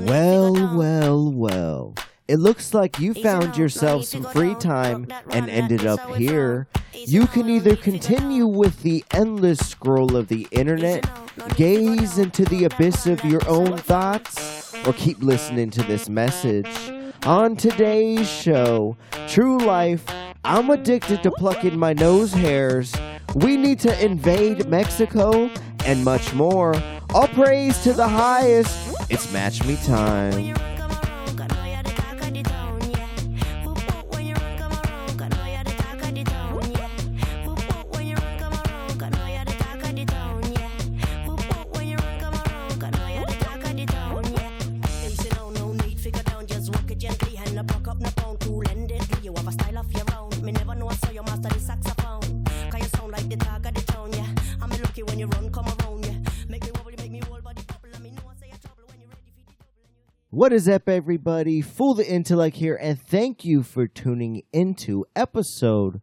Well, well, well. It looks like you found yourself some free time and ended up here. You can either continue with the endless scroll of the internet, gaze into the abyss of your own thoughts, or keep listening to this message. On today's show, True Life, I'm addicted to plucking my nose hairs. We need to invade Mexico and much more. All praise to the highest. It's match me time. What is up, everybody? Fool the Intellect here, and thank you for tuning into episode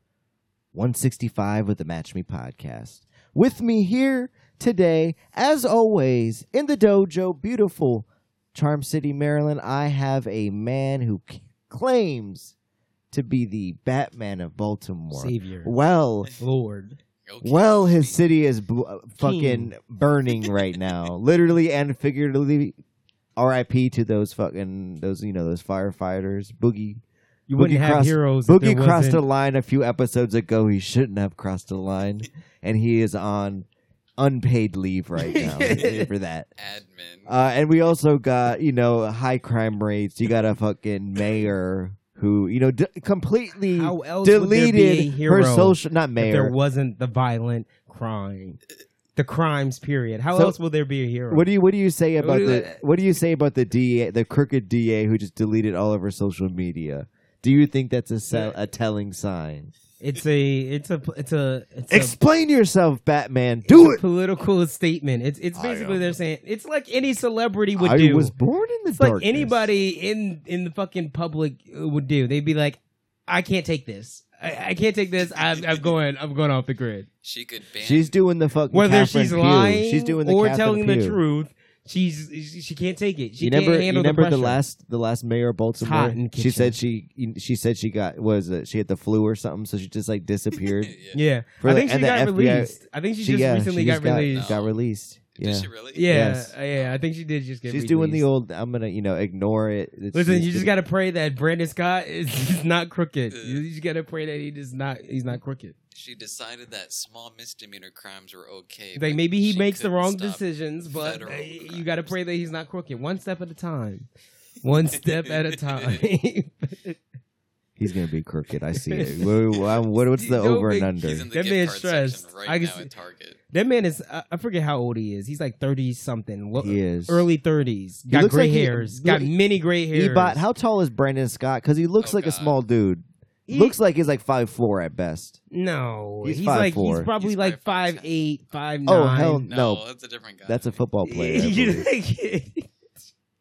165 of the Match Me podcast. With me here today, as always, in the dojo, beautiful Charm City, Maryland, I have a man who c- claims to be the Batman of Baltimore. Savior. Well, Lord. Okay. well, his city is bl- uh, fucking burning right now, literally and figuratively. R.I.P. to those fucking those you know those firefighters. Boogie You Boogie wouldn't have crossed- heroes. if Boogie there crossed the wasn't- line a few episodes ago. He shouldn't have crossed the line, and he is on unpaid leave right now for that. admin. Uh, and we also got you know high crime rates. You got a fucking mayor who you know d- completely How else would there be a deleted hero her social not if there mayor. wasn't the violent crime, the crimes. Period. How So- else will there be a hero? What do you what do you say about do you- the what do you say about the DA the crooked DA who just deleted all of her social media? Do you think that's a sell, a telling sign? it's a. It's a. It's a. It's a Explain yourself, Batman. it's Do a it. Political statement. It's it's I basically am- they're saying it's like any celebrity would I do. was born in the it's darkness. like anybody in in the fucking public uh, would do. They'd be like, I can't take this. I, I can't take this. I'm, I'm going. I'm going off the grid. she could ban. She's doing the fucking whether Catherine she's Pugh. lying She's doing the or Catherine telling the Pugh. truth. She's she- she can't take it. She you remember, can't you handle remember the the, pressure. last the last mayor of Baltimore. hot in she kitchen. said she she said she got was it, she had the flu or something, so she just like disappeared. yeah. Yeah, For I the- think she and the got FBI released. I think she, She- just yeah, recently she just got, released. got released. Yeah, Did she really? yeah, uh, Yes. yeah. I think she did just get. she's doing the old. released. I'm gonna you know ignore it. It's- Listen, it's you just gonna- gotta pray that Brandon Scott is is not crooked. Yeah. You just gotta pray that he does not. He's not crooked. She decided that small misdemeanor crimes were okay. Like but maybe he she makes the couldn't wrong stop decisions, but federal uh, you crimes. gotta pray that he's not crooked. One step at a time. One step at a time. He's gonna be crooked. I see it. Wha- wha- what- what's the Don't over and make- under? He's in the That gift man's card section stressed. right I can now see- at Target. That man is, I I forget how old he is. He's like 30 something, lo- He is. early 30s. He Got looks gray like he- hairs, got he- many gray hairs. Ebot, how tall is Brandon Scott? Because he looks Oh, like a God. small dude. He- looks like he's like five four at best. No, He's he's, 5'4". like, he's probably He's like 5'5". 5'8, 5'9. Oh hell No, no, that's a different guy. that's a football player. I You believe. think-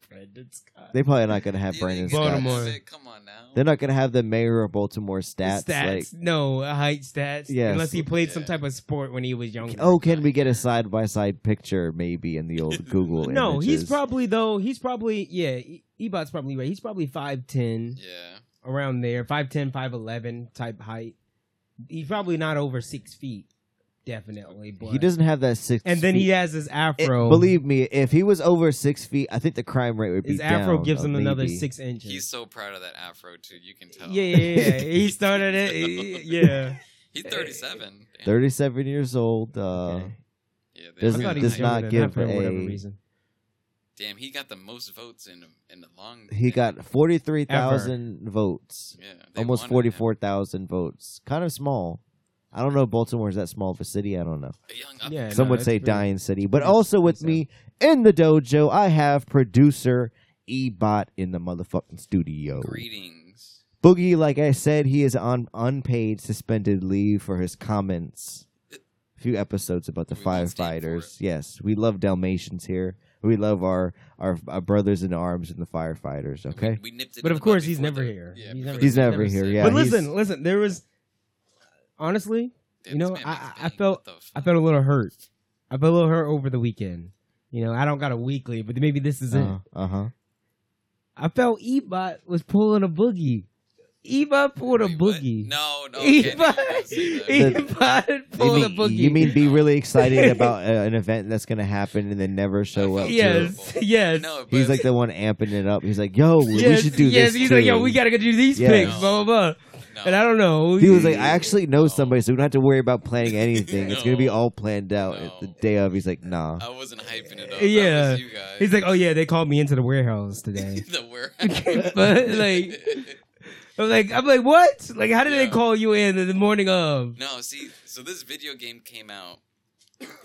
Brandon Scott. They're probably not gonna have You Brandon think that's Scott. Baltimore. it? Come on now. They're not gonna have the mayor of Baltimore stats. stats. no, height stats. Yes. Unless he played some Yeah. type of sport when he was younger. Like, oh, can we get a side by side picture maybe in the old Google? no, he's images? probably, though, he's probably, yeah, E- Ebot's probably right. He's probably 5'10. Yeah. around there 5'10 5'11 type height he's probably not over six feet definitely but he doesn't have that six. and then he feet- has his It- afro believe me, if he was over six feet, I think the crime rate would be his afro down, gives uh, him another maybe. six inches He's so proud of that afro too. You can tell. yeah, yeah yeah he started it he- yeah He's 37. Damn. Thirty-seven years old. Uh, Okay. Yeah, they- I Doesn't- thought he does was not younger than give that for whatever a- reason Damn, he got the most votes in in a long. He got forty-three thousand votes. Yeah, they almost wanted him. forty-four thousand votes. Kind of small. I don't know if Baltimore's that small of a city. I don't know. A young up- Yeah, Some no, would it's say pretty- dying city. But pretty- also with me pretty in the dojo, I have producer Ebot in the motherfucking studio. Greetings. Boogie, like I said, he is on unpaid suspended leave for his comments. A few episodes about the We won't stand for firefighters. Yes, we love Dalmatians here. We love our, our our brothers in arms and the firefighters. Okay. We, we nipped it. But in of the bud course, he's before never the- here. Yeah, He's before never- the He's never episode. here, Damn, yeah, but he's- listen listen there was honestly this you know, man I- makes I- I bank. felt- What the i fuck? felt a little hurt i felt a little hurt over the weekend You know, I don't got a weekly, but maybe this is it. Uh huh. I felt Ebot was pulling a boogie. Ebot pulled a Wait, what? boogie. No, no. okay, no, don't Ebot, say that. The- Ebot You pulled a mean, boogie. you mean be really excited about uh, an event that's going to happen and then never show up? to it? yes, yes. No, but He's like the one amping it up. He's like, "Yo, yes, we should do yes. this." He's too. like, yo, we gotta go do these Yes. picks, blah blah blah. no, And I don't know. He was like, "I actually know somebody, so we don't have to worry about planning anything. It's gonna be No. all planned out at the No. day of." He's like, "Nah." I wasn't hyping it up. Yeah. that was you guys. He's like, oh yeah, they called me into the warehouse today. the word. But, like- I'm like, I'm like, what? Like, how did they Yeah. call you in the morning of? no, see, so this video game came out.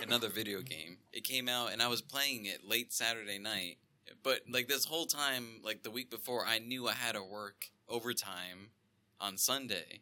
Another video game. It came out, and I was playing it late Saturday night. But like this whole time, like the week before, I knew I had to work overtime on Sunday.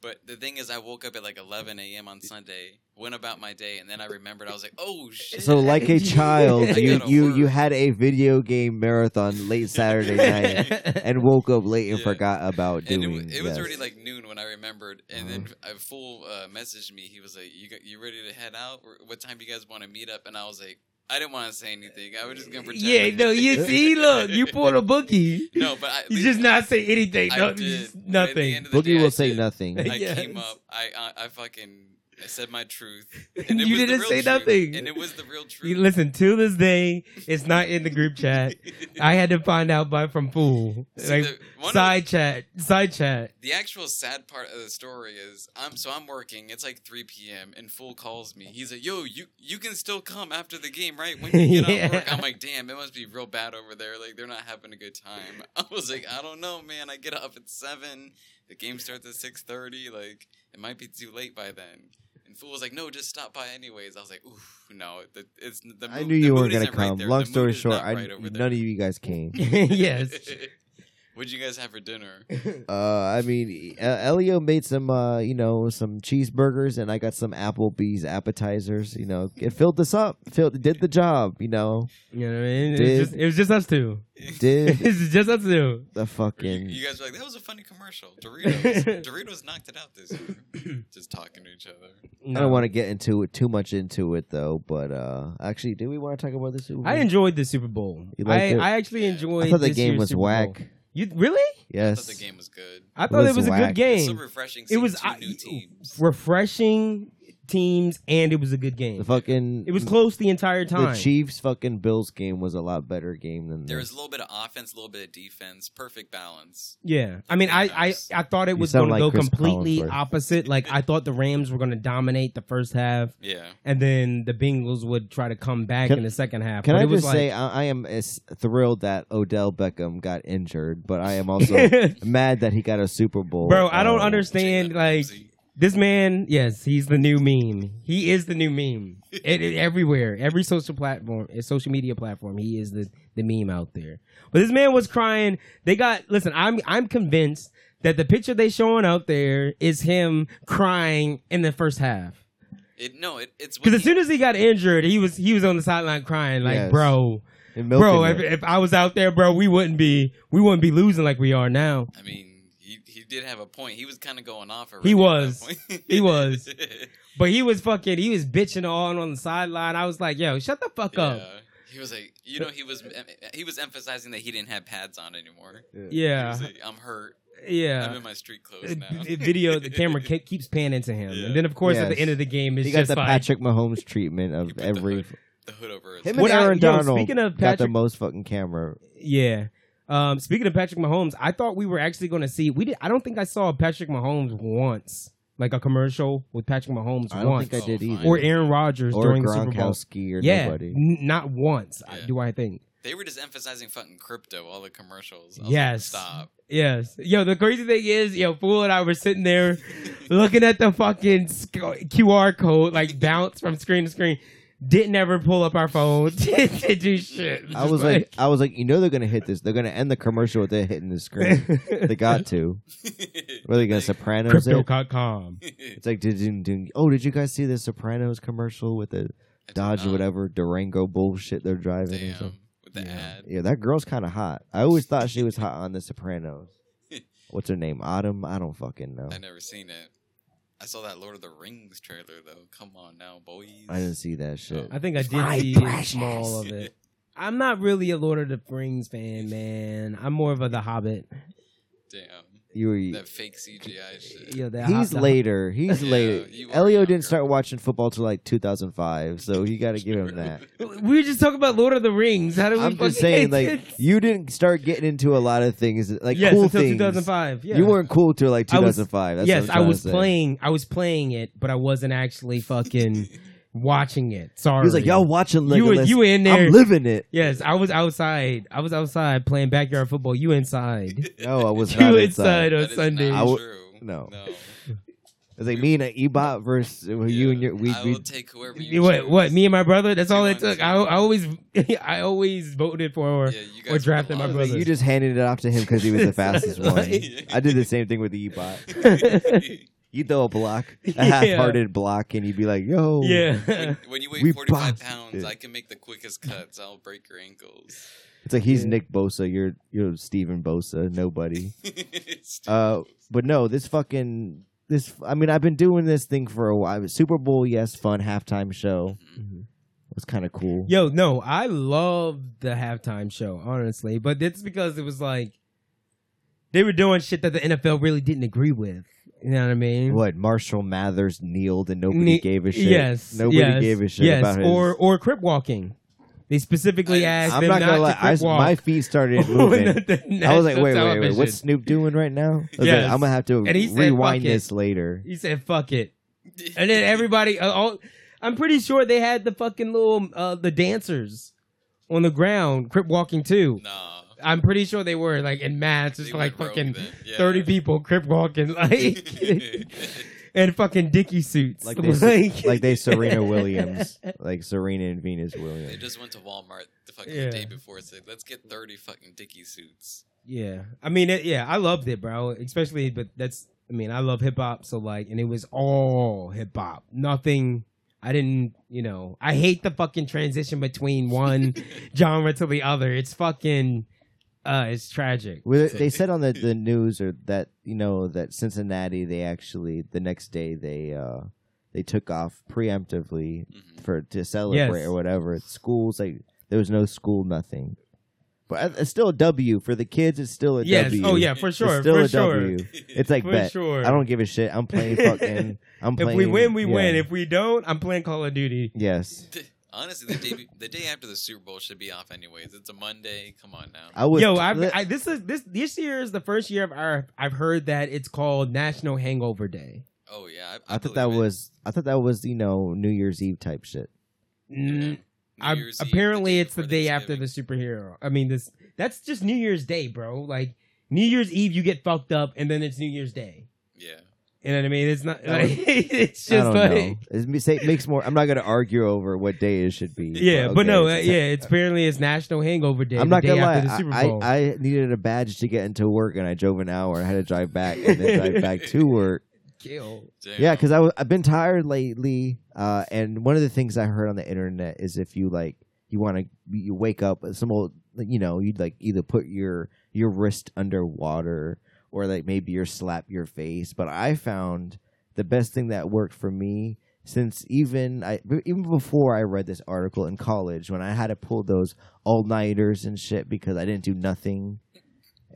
But the thing is, I woke up at like 11 a.m. on Sunday, went about my day, and then I remembered I was like, "Oh shit!" So, like a child, I you gotta you work. you had a video game marathon late Saturday night and woke up late and Yeah. forgot about and doing. it, wa- it was yes. already like noon when I remembered, and then Uh-huh. a fool uh, messaged me. He was like, "You got, you ready to head out? Or What time do you guys want to meet up?" And I was like, "I didn't want to say anything. I was just gonna pretend." yeah, no, you see, look, you pulled a bookie. no, but I, You just not say anything. I No, did. just But at the nothing. end of the Boogie day, I will say did. nothing. I Yes. came up. I I, I fucking I said my truth. it You was the didn't real say truth, nothing. and it was the real truth. You listen, to this day, it's not in the group chat. I had to find out by from Fool. See, Like, the- one of the- side chat, side chat. the actual sad part of the story is I'm so I'm working. It's like 3 p.m. and Fool calls me. He's like, "Yo, you you can still come after the game, right? When you get Yeah. off work." I'm like, "Damn, it must be real bad over there. Like they're not having a good time." I was like, "I don't know, man. I get up at seven. The game starts at 6:30. Like it might be too late by then." And Fool was like, "No, just stop by anyways." I was like, "Oof, no. The, it's the I mood- knew the you mood weren't gonna isn't right come. there. Long The mood story is short, not I right over there. none of you guys came. yes. What'd you guys have for dinner? Uh, I mean, uh, Elio made some, uh, you know, some cheeseburgers, and I got some Applebee's appetizers. You know, it filled this up. Filled, did the job. You know, You know what I mean? It Did- was, just, it was just us two. did It's just us two. the You, fucking you guys were like, that was a funny commercial. Doritos. Doritos knocked it out this year. Just talking to each other. I don't want to get into it too much into it though, but uh actually, do we want to talk about this? I enjoyed the Super Bowl. You liked I, it? I actually enjoyed. I thought the this game year's was Super Bowl. whack. You really? I Yes, thought the game was good. I thought it was was a whack. good It's so game. refreshing. It Seeing was two I- new teams. refreshing teams, and it was a good game. The fucking it was close the entire the time. Chiefs fucking Bills game was a lot better game than There was this. a little bit of offense, a little bit of defense. Perfect balance. Yeah, I mean, I I, I thought it You was sound going like to go Chris completely Collinsworth. opposite. Like I thought the Rams were going to dominate the first half, Yeah. and then the Bengals would try to come back Can- in the second half. Can But I it was just like, say I, I am as thrilled that Odell Beckham got injured, but I am also mad that he got a Super Bowl. bro? I don't Uh, understand. Jalen Like Ramsey. this man, yes, he's the new meme. He is the new meme. It, it- everywhere, every social platform, eh, social media platform, he is the, the meme out there. But this man was crying. They got listen. I'm I'm convinced that the picture they showing out there is him crying in the first half. It, no, it, it's Because when as he- soon as he got injured, he was he was on the sideline crying like, Yes. bro, and milking bro. If, it. if I was out there, bro, we wouldn't be we wouldn't be losing like we are now. I mean, he, he did have a point. He was kind of going off. He already at that was. point. He was. But he was fucking he was bitching on on the sideline. I was like, yo, shut the fuck up. yeah. He was like, you know, he was he was emphasizing that he didn't have pads on anymore. He Yeah, was like, I'm hurt. I'm yeah. in my street clothes It- now. it- video the camera ke- keeps panning to him, Yeah. and then of course at Yes. the end of the game, it's He got just the like Patrick Mahomes treatment of put the every. hood- the hood over his Him What and I- Aaron yo, Donald speaking of got the Patrick- most fucking camera. yeah. Um, speaking of Patrick Mahomes, I thought we were actually going to see. We did. I don't think I saw Patrick Mahomes once, like a commercial with Patrick Mahomes I don't once, think I Oh, did fine. either. or Aaron Rodgers or during the Super Bowl. Gronkowski or yeah, nobody. n- not once. I- Yeah. do I think? They were just emphasizing fucking crypto, all the commercials. I was Yes. Like, Stop. Yes. Yo, the crazy thing is, yo, Fool and I were sitting there looking at the fucking sc- QR code, like bounce from screen to screen. Didn't ever pull up our phone. Didn't do shit. I was like, I was like, you know, they're gonna hit this. They're gonna end the commercial with it hitting the screen. they got to. What are they gonna Sopranos? It? Crypto.com. It's like, did you, oh, did you guys see the Sopranos commercial with the Dodge or whatever Durango bullshit they're driving? or Uh-huh. Damn. something? With the Yeah. ad. Yeah, that girl's kind of hot. I always thought she was hot on the Sopranos. What's her name? Autumn? I don't fucking know. I never seen it. I I saw that Lord of the Rings trailer though. Come on now, boys. I didn't see that shit. I think I did My see a precious. small of it. I'm not really a Lord of the Rings fan, man. I'm more of a The Hobbit. Damn, You were. that fake CGI shit. You know, the he's the- later. He's Yeah, later. you were Elio younger. didn't start watching football till like 2005, so you got to give him that. We were just talking about Lord of the Rings. How do we? I'm just saying, fucking- like, you didn't start getting into a lot of things, like yes, cool until things. 2005. Yeah. You weren't cool till like I was- 2005. That's yes, what I I'm trying was to say. playing. I was playing it, but I wasn't actually fucking watching it. Sorry. He was like, "Y'all watching Legolas? You were you were in there? I'm living it." yes, I was outside. I was outside playing backyard football. You inside? No, I was you not inside. inside, That on is not Sunday? I w- true. no. no. It was like me and an Ebot versus you Yeah. and your. We, I we, will take whoever You- you. What? choose. What? Me and my brother. That's You all it want took. to- I, I always, I always voted for. Yeah, you guys draft were in my I was lost. like, brother. you just handed it off to him because he was the fastest Like- one. I did the same thing with the Ebot. You throw a block, a Yeah. half-hearted block, and you'd be like, "Yo, Yeah. When, when you weigh We 45 bounced pounds, it. I can make the quickest cuts. I'll break your ankles. It's like he's Yeah. Nick Bosa, you're you're Steven Bosa, nobody. It's- Uh, but no, this fucking this. I mean, I've been doing this thing for a while. Super Bowl, yes, fun halftime show Mm-hmm. was kind of cool. Yo, no, I love the halftime show, honestly. But it's because it was like they were doing shit that the NFL really didn't agree with. You know what I mean? What Marshall Mathers kneeled and nobody Ne- gave a shit. Yes. nobody yes, gave a shit Yes. about his. or or crip walking. They specifically I- asked I'm them not gonna to lie, I, crip s- walk. my feet started on the- moving. the I was like, wait, national wait, wait, television. what's Snoop doing right now? I was Yes. like, I'm gonna have to And he said, rewind "Fuck it." this later. He said, "Fuck it," and then everybody. Uh, all, I'm pretty sure they had the fucking little uh, the dancers on the ground, crip walking too. Nah. I'm pretty sure they were like in mass, just They like went rogue fucking then. Yeah. 30 people crip walking, like and fucking dicky suits, Like they, like they Serena Williams, like Serena and Venus They Williams. just went to Walmart the fucking Yeah. day before and said, let's get 30 fucking dicky suits. Yeah, I mean, it, yeah, I loved it, bro. Especially, but that's, I mean, I love hip hop, so like, and it was all hip hop, nothing. I didn't, you know, I hate the fucking transition between one genre to the other. It's fucking, uh, it's tragic. Well, they said on the, the news or that you know that Cincinnati they actually the next day they uh they took off preemptively Mhm. for to celebrate Yes. or whatever. It's schools like there was no school, nothing. But uh, it's still a W for the kids. It's still a Yes. W. Oh yeah, for It's sure. still for a sure. W. It's like For bet. sure. I don't give a shit. I'm playing fucking. I'm If playing. we win, we yeah. win. If we don't, I'm playing Call of Duty. yes, Honestly, the day, be- the day after the Super Bowl should be off anyways. It's a Monday. Come on now. I was. Yo, I've, I this is this this year is the first year I've I've- I've heard that it's called National Hangover Day. Oh, yeah. I, I thought that believe it. was. I thought that was you know New Year's Eve type shit. Yeah. New Mm, I, Year's Eve, apparently, day it's the before day after the Thanksgiving. superhero. I mean, this that's just New Year's Day, bro. Like New Year's Eve, you get fucked up, and then it's New Year's Day. Yeah. You know what I mean? It's not That like it's just I don't like know. It's- It say- makes more. I'm not gonna argue over what day it should be. yeah, but okay, no, uh, it's- yeah. It's apparently it's National Hangover Day. I'm the not day gonna lie. after the Super I- Bowl. I, I needed a badge to get into work, and I drove an hour. I had to drive back and then drive back to work. Kill. Damn. Yeah, because I was I've been tired lately. Uh, and one of the things I heard on the internet is if you like you want to you wake up uh, some old you know you'd like either put your your wrist underwater or like maybe you slap your face. But I found the best thing that worked for me since even I even before I read this article in college when I had to pull those all nighters and shit because I didn't do nothing.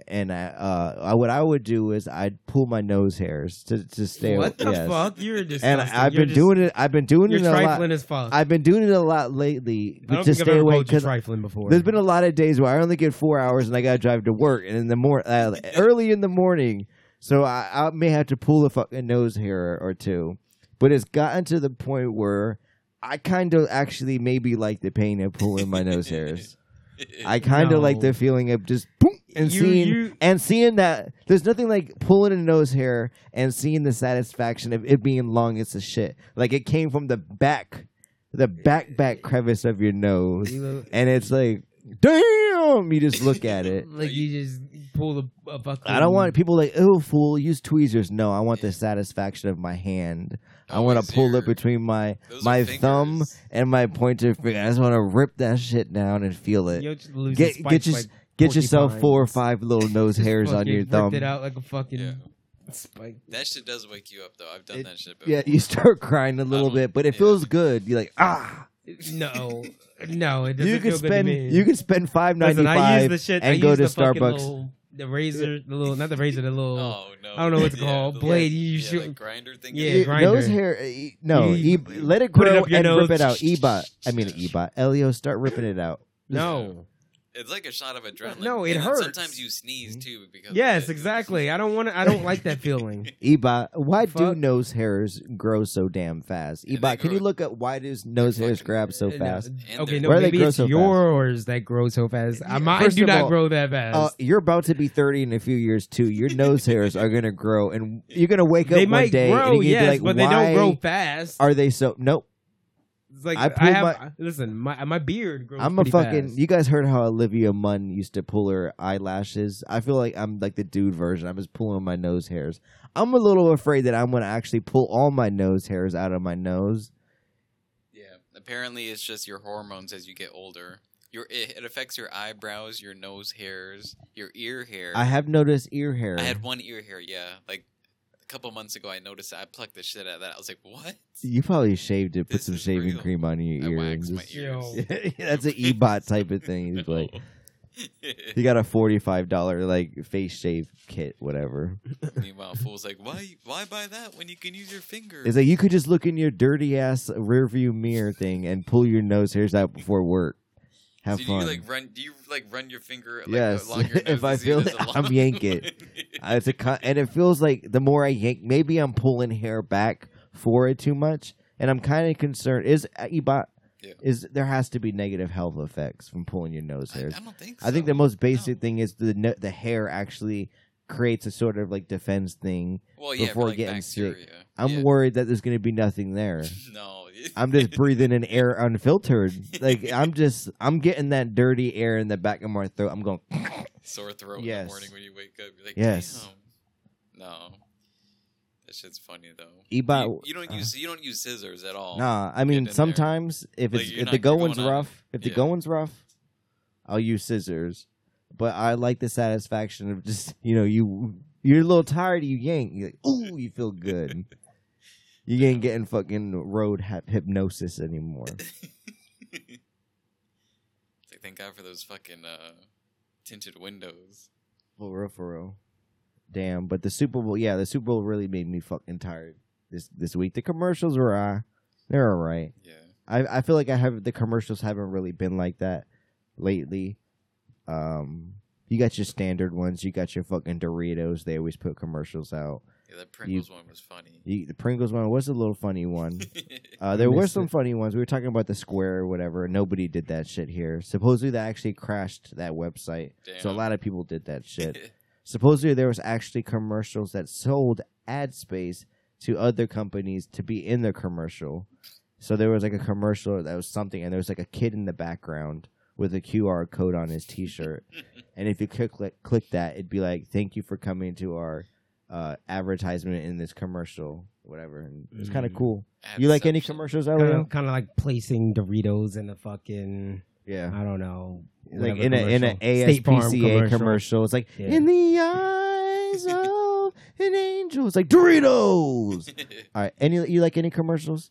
And I, uh, I, what I would do is I'd pull my nose hairs to to stay. What the yes. fuck? You're just And I- I've been doing it. I've been doing You're it a lot. trifling as fuck. I, I've been doing it a lot lately but don't to think I've stay ever away called you because trifling before. there's been a lot of days where I only get four hours and I gotta drive to work and in the mor- uh, early in the morning, so I, I may have to pull a fucking nose hair or two. But it's gotten to the point where I kind of actually maybe like the pain of pulling my nose hairs. I kind of No. like the feeling of just boom and You- seeing you- and seeing that there's nothing like pulling a nose hair and seeing the satisfaction of it being long as a shit. Like it came from the back, the back back crevice of your nose, You look- and it's like, damn! You just look at it. like you just pull a, a buckle. I don't want people like, oh fool, use tweezers. No, I want the satisfaction of my hand. I Oh, want it's to pull your- it between my those are my fingers. thumb and my pointer finger. I just want to rip that shit down and feel it. You'll just lose Get- the get spikes your- like Get yourself porcupines. four or five little nose Just hairs on fucking your ripped thumb. it out like a fucking Yeah. Spike. That shit does wake you up though. I've done It- that shit before. Yeah, you start crying a little Uh-huh. don't- bit, but it yeah. feels good. You're like, ah. No, no, it doesn't you feel could spend good to me. you could spend five ninety Listen, I use five the shit. I and go use to the fucking Starbucks. Little, the razor, the little, not the razor, the little. Oh no. I don't know what it's Yeah, called. the Blade, little- you yeah, should- like grinder thing. Yeah, It- grinder. Nose hair, uh, e- no, You- e- let it put it grow up your and rip it nose. out. Ebot, I mean Ebot, Elio, start ripping it out. No. It's like a shot of adrenaline. No, it and then hurts. Sometimes you sneeze too because. of Yes, it. exactly. I don't want to. I don't like that feeling. Ebot, why do Fuck. nose hairs grow so damn fast? Yeah, they Ebot, can grow- you look up why does nose hairs fucking- grab so No. fast? And Okay, they're- no, Where do they maybe grow it's so fast? yours that grow so fast. Yeah, I Mine first do of not all, grow that fast. Uh, you're about to be 30 in a few years too. Your nose hairs are gonna grow, and you're gonna wake up they one might day and grow, you're gonna yes, be like, but they why don't grow fast. are they so? Nope. It's like I I, pulled have. my- listen, my my beard grows. I'm a pretty fucking. fast. You guys heard how Olivia Munn used to pull her eyelashes. I feel like I'm like the dude version. I'm just pulling my nose hairs. I'm a little afraid that I'm gonna actually pull all my nose hairs out of my nose. Yeah. Apparently, it's just your hormones as you get older. Your it, it affects your eyebrows, your nose hairs, your ear hair. I have noticed ear hair. I had one ear hair. Yeah, like a couple months ago, I noticed. that. I plucked the shit out of that. I was like, what? you probably shaved it, put This some is shaving real. cream on your I ear. waxed and my just- ears. Yo. That's an e-bot type of thing. He's like, you got a forty-five dollar like face shave kit, whatever. Mm-hmm. Meanwhile, fool's like, why, why buy that when you can use your finger? It's like you could just look in your dirty ass rearview mirror thing and pull your nose hairs out before work. Have so fun. Do you like run? Do you like run your finger? Like, Yes. Along your nose If I to see if feel there's it, a I'm long yank it. one? Uh, It's a con- and it feels like the more I yank, maybe I'm pulling hair back for it too much, and I'm kind of concerned. Is uh, Ebot? Yeah. Is there has to be negative health effects from pulling your nose I, I hairs? don't think. So. I think the most basic No. thing is the no- the hair actually creates a sort of like defense thing. well, yeah, before for, like, getting sick, bacteria. I'm yeah. worried that there's going to be nothing there. No, I'm just breathing in air unfiltered. Like I'm just I'm getting that dirty air in the back of my throat. I'm going. sore throat in Yes. the morning when you wake up. You're like, Yes. Damn. No, that shit's funny though. Ebot- you, you don't uh, use you don't use scissors at all. Nah, I in mean there. sometimes if Like, it's you're if the not- you're going's going on- rough, if the yeah. going's rough, I'll use scissors. But I like the satisfaction of just you know you you're a little tired, you yank, you're like ooh, you feel good. you ain't getting fucking road hyp hypnosis anymore. It's like, thank God for those fucking uh, tinted windows. For real, for real. Damn, but the Super Bowl, yeah, the Super Bowl really made me fucking tired this this week. The commercials were uh, they're all right. Yeah. I I feel like I have the commercials haven't really been like that lately. Um, you got your standard ones. You got your fucking Doritos. They always put commercials out. Yeah, that Pringles one was funny. You, the Pringles one was a little funny one. Uh, there I were missed some it. funny ones. We were talking about the square or whatever. Nobody did that shit here. Supposedly that actually crashed that website. So a Damn. lot of people did that shit. Supposedly there was actually commercials that sold ad space to other companies to be in the commercial. So there was like a commercial that was something, and there was like a kid in the background with a QR code on his T-shirt, and if you click click, click that, it'd be like, "Thank you for coming to our uh, advertisement in this commercial, whatever." And it's kind of Mm. cool. You like any Adception. commercials, Kind Elio? of, kind of like placing Doritos in a fucking Yeah, I don't know like whatever in a in a commercial. State Farm ASPCA commercial. It's like Yeah. in the eyes of an angel. It's like Doritos. All right, any you like any commercials?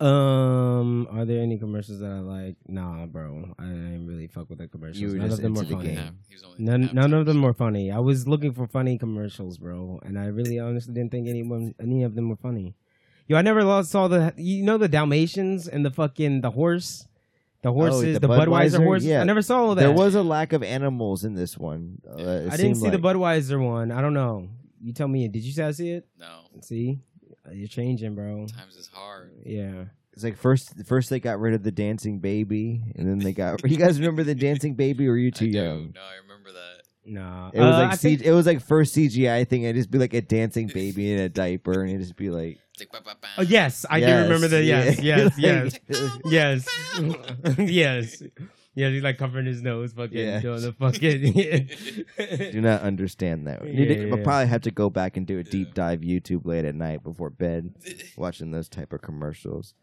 Um, are there any commercials that I like? Nah, bro, I didn't really fuck with the commercials. You were none just of them were into the funny. game. he was only None, half none time. of them were funny. I was looking for funny commercials, bro, and I really honestly didn't think anyone, any of them were funny. Yo, I never lost saw the, you know, the Dalmatians and the fucking the horse, the horses, Oh, the the, Budweiser, Budweiser? horse. Yeah. I never saw all that. There was a lack of animals in this one. Uh, it I seemed didn't see the like. Budweiser one. I don't know. You tell me. Did you guys see it? No, See, you're changing, bro. times is hard. Yeah. It's like first, first they got rid of the dancing baby, and then they got. you guys remember the dancing baby? Or were you too I do. young? No, I remember that. Nah. It was Uh, like I C- think- it was like first CGI thing. It'd just be like a dancing baby in a diaper, and it'd just be like, It's like, ba, ba, ba. Oh, yes, I do Yes, remember that. Yes, yeah. yes, yes. Like- Yes. yes. Yeah, he's like covering his nose, fucking Yeah. doing the fucking. do not understand that. You Yeah, did- yeah. We'll probably have to go back and do a Yeah. deep dive YouTube late at night before bed, watching those type of commercials.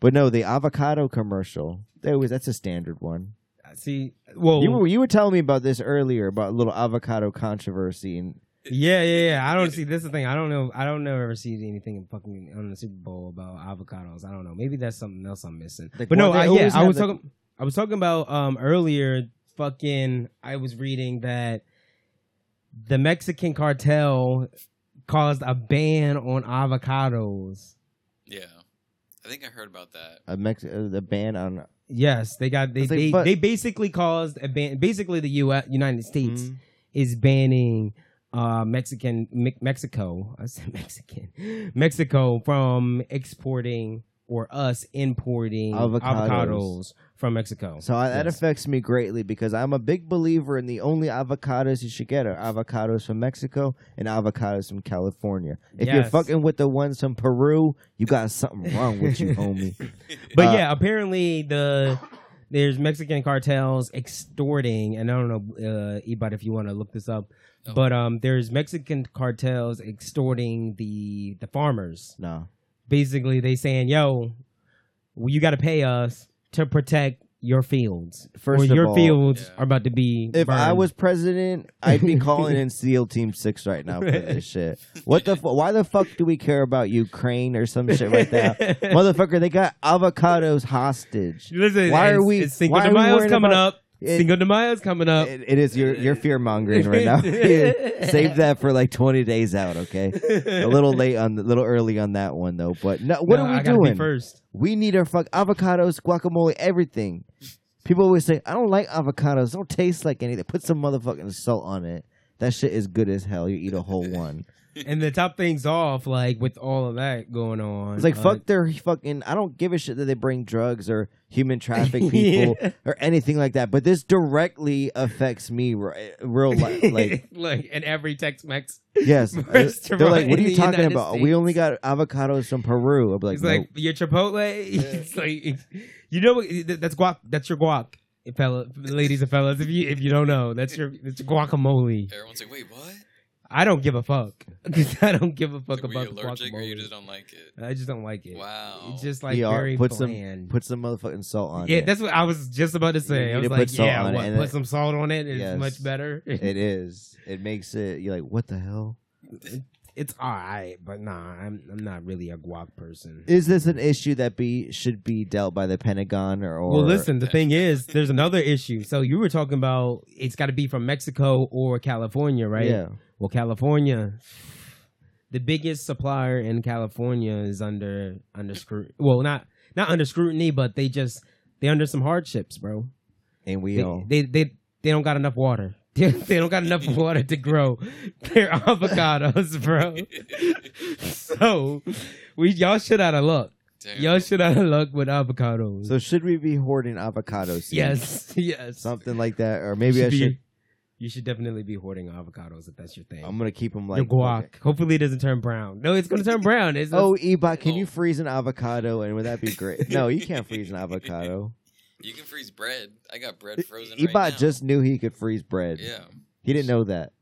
But no, the avocado commercial. That was that's a standard one. See, well, Oh. You were you were telling me about this earlier about a little avocado controversy, and Yeah, yeah, yeah. I don't see. This is the thing. I don't know. I don't never see anything in fucking on the Super Bowl about avocados. I don't know. Maybe that's something else I'm missing. Like, but no, why they I, yeah, always I have was the- talking. I was talking about um earlier. Fucking, I was reading that the Mexican cartel caused a ban on avocados. Yeah, I think I heard about that. A Mex- uh, the ban on Yes, they got they It's like, they, but- they basically caused a ban. Basically, the U.S. United States is banning uh Mexican Me- Mexico I said Mexican Mexico from exporting or us importing Avocados. avocados, from Mexico. So I, that Yes. affects me greatly because I'm a big believer in the only avocados you should get are avocados from Mexico and avocados from California. If you're Yes. fucking with the ones from Peru, you got something wrong with you, homie. but uh, yeah, apparently the there's Mexican cartels extorting, and I don't know, uh, Ebot, if you want to look this up, Oh. but um, there's Mexican cartels extorting the the farmers. No, basically they saying, "Yo, well, you got to pay us to protect your fields. First or of your all- fields Yeah. are about to be." if I burned." was president, I'd be calling in SEAL Team Six right now for this shit. What the? F- why the fuck do we care about Ukraine or some shit like that, motherfucker? They got avocados hostage. listen, why are it's- we- It's Cinco why de are we Mayo's worried coming about- up. It- Cinco de Mayo's coming up. It, it is your your fear mongering right now. Save that for like twenty days out, okay? A little late on, a little early on that one though. But no, what Nah, are we I gotta be doing? first? We need our fuck avocados, guacamole, everything. People always say, "I don't like avocados. Don't taste like anything. Put some motherfucking salt on it. That shit is good as hell. You eat a whole one. And the top things off, like with all of that going on. It's like uh, fuck their fucking. I don't give a shit that they bring drugs or human traffic people Yeah. or anything like that. But this directly affects me, ri- real life. Like like in every Tex Mex. Yes. Uh, restaurant They're like, what are in you the talking United about? We States." only got avocados from Peru. I'm like, It's like your Chipotle. It's like you know what- that- that's guac. That's your guac, fella, ladies and fellas. If you if you don't know, that's your that's your guacamole. Everyone's like, "Wait, what? I don't give a fuck 'Cause I don't give a fuck Like, were about you the allergic, or you guacamole. just don't like it?" I just don't like it. Wow. It's just like Yeah, very put some- bland. nope. Put some motherfucking salt on yeah, it. that's what I was just about to You say. I need was to put like, salt yeah, on it what, and put it- some salt on it. It's Yes. much better. it is. It makes it. You're like, what the hell? it's all right, but nah, I'm I'm not really a guac person. Is this an issue that be should be dealt by the Pentagon or? or Well, listen, the thing is, there's another issue. So you were talking about it's got to be from Mexico or California, right? Yeah. Well, California, the biggest supplier in California is under under scrutiny. Well, not not under scrutiny, but they just they under some hardships, bro. And we They all. they, they they don't got enough water. They, they don't got enough water to grow their avocados, bro. so we y'all shit out of luck. Damn. Y'all shit out of luck with avocados. so should we be hoarding avocado seeds? Yes, yes. Something like that, or maybe I be- should. You should definitely be hoarding avocados if that's your thing. I'm gonna keep them your like guac. Hopefully, it doesn't turn brown. No, it's gonna turn brown. It's Oh, Ebot, can you Oh. freeze an avocado? And would that be great? no, you can't freeze an avocado. You can freeze bread. I got bread frozen. Ebot right now. just knew he could freeze bread. yeah. He didn't know that.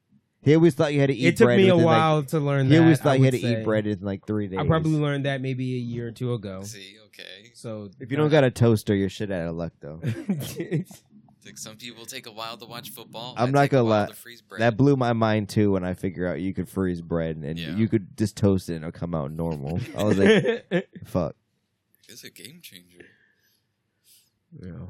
He always thought you had to eat. it took bread me a within, like, while to learn that. He always I thought you had to would eat say. bread in like three days. I probably learned that maybe a year or two ago. See, okay. So If you don't got a toaster, you're shit out of luck though. It's Like some people take a while to watch football. I'm I not take a gonna while lie. To freeze bread. That blew my mind too when I figure out you could freeze bread and Yeah. you could just toast it and it'll come out normal. I was like, fuck. it's a game changer. yeah,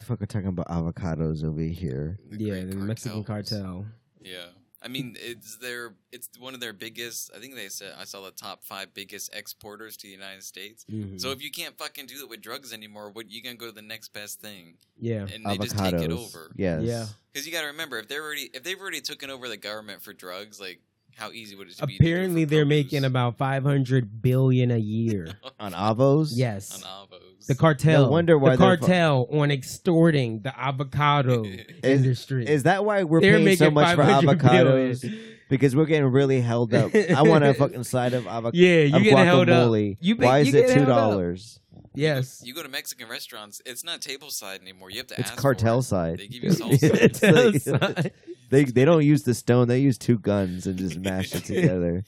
The fuck, we're talking about avocados over here. The yeah, great the Mexican cartels. cartel. Yeah. I mean, it's their it's one of their biggest. I think they said I saw the top five biggest exporters to the United States. Mhm. So if you can't fucking do it with drugs anymore, what you gonna go to the next best thing? yeah, And they just take Avocados. it over. Yes. yeah. Because you got to remember, if they're already if they've already taken over the government for drugs, like how easy would it be? to do it Apparently, for they're produce making about five hundred billion a year. On avos. yes, on avos. The cartel. No wonder why the they're- cartel on extorting the avocado industry. Is that why we're they're paying making so much for 500 avocados? billion. Because we're getting really held up. I want a fucking side of avocado. Yeah, you of getting held up. guacamole. You be- Why you is it getting two held up. dollars? Yes. you go to Mexican restaurants, it's not table side anymore. You have to It's ask. cartel for it. side. They give you salsa. It's like- They they don't use the stone. They use two guns and just mash it together.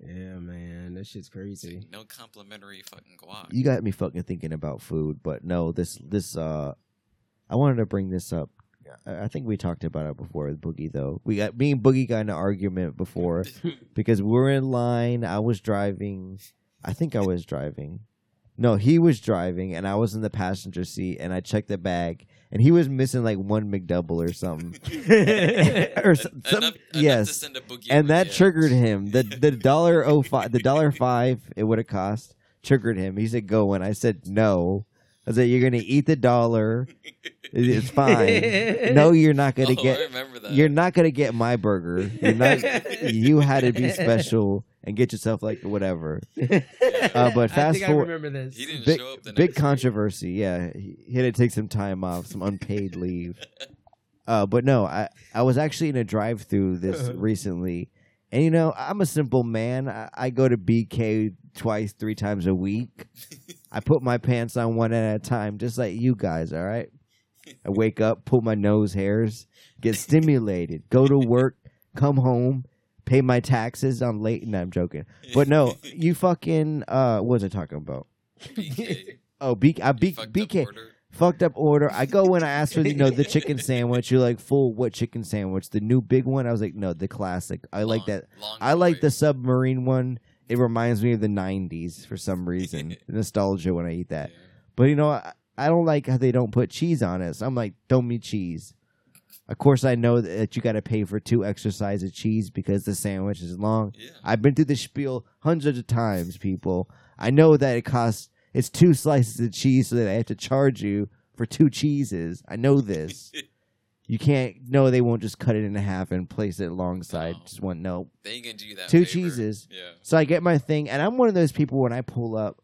yeah, man, that shit's crazy. no complimentary fucking guac. You got me fucking thinking about food, but no, this this uh, I wanted to bring this up I I think we talked about it before with Boogie though. We got me and Boogie got in an argument before because we were in line. I was driving. I think I was driving. No, he was driving and I was in the passenger seat and I checked the bag and he was missing like one McDouble or something. or some, enough, some- enough to yes. send a boogie. And over that jail. triggered him. The the dollar oh five the dollar five it would have cost triggered him. He said go and I said no. I said you're gonna eat the dollar. It- It's fine. no, you're not gonna oh, get I remember that. you're not gonna get my burger. You're not, you had to be special and get yourself like whatever. Uh, but I fast think forward- I remember this. he didn't Big, show up the big next controversy. Yeah, he he had to take some time off, some unpaid leave. Uh, but no, I I was actually in a drive-through this recently, and you know I'm a simple man. I, I go to BK twice, three times a week. I put my pants on one at a time, just like you guys. All right. I wake up, pull my nose hairs, get stimulated, go to work, come home, pay my taxes. I'm late, and I'm joking. But no, you fucking uh, what was I talking about? BK. Oh, B- I B- Fucked up BK order. fucked up order. I go in, I ask for you know the chicken sandwich. You're like, "Fool, what chicken sandwich? The new big one?" I was like, "No, the classic. I like Long- that. long I like story. the submarine one. It reminds me of the '90s for some reason. Nostalgia when I eat that. But you know, I, I don't like how they don't put cheese on it. So I'm like, don't me cheese. Of course, I know that you got to pay for two extra sides of cheese because the sandwich is long. Yeah. I've been through this spiel hundreds of times, people. I know that it costs it's two slices of cheese, so that I have to charge you for two cheeses. I know this. you can't. No, they won't just cut it in half and place it alongside No. just one. No, They ain't gonna do you that. Two favor. cheeses. Yeah. so I get my thing, and I'm one of those people when I pull up,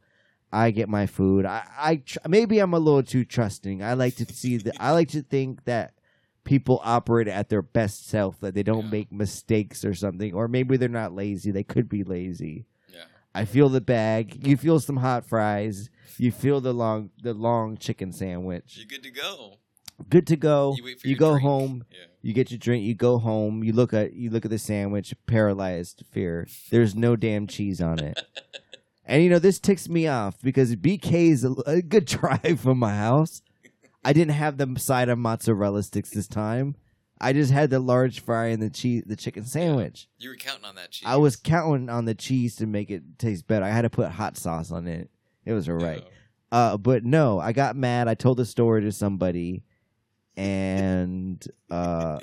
I get my food. I, I tr- maybe I'm a little too trusting. I like to see the. I like to think that people operate at their best self, that they don't Yeah. make mistakes or something, or maybe they're not lazy. They could be lazy. Yeah. I feel the bag. You feel some hot fries. You feel the long the long chicken sandwich. You're good to go. Good to go. You wait for You your go drink. home. Yeah. You get your drink. You go home. You look at you look at the sandwich. Paralyzed fear. There's no damn cheese on it. and you know this ticks me off because BK is a, a good drive from my house. I didn't have the side of mozzarella sticks this time. I just had the large fry and the cheese, the chicken sandwich. You were counting on that cheese. I was counting on the cheese to make it taste better. I had to put hot sauce on it. It was all Yeah. right. Uh, but no, I got mad. I told the story to somebody, and uh,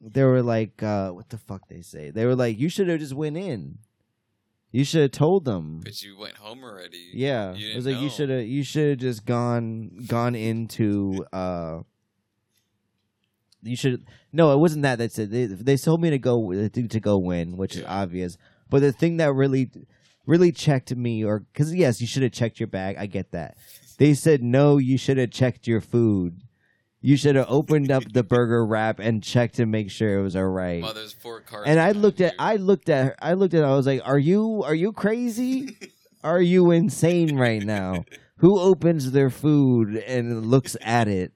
they were like, uh, "What the fuck?" They say they were like, "You should have just went in. You should have told them." But you went home already. Yeah, you it didn't was like you know. should have you should have just gone gone into uh. You should no, it wasn't that. That said, they they told me to go to, to go win, which is Yeah. obvious. But the thing that really really checked me, or because yes, you should have checked your bag. I get that. They said no, you should have checked your food. You should have opened up the burger wrap and checked to make sure it was all right. Mother's four cards. And I behind looked at you. I looked at her I looked at her, I was like, Are you are you crazy? Are you insane right now? Who opens their food and looks at it?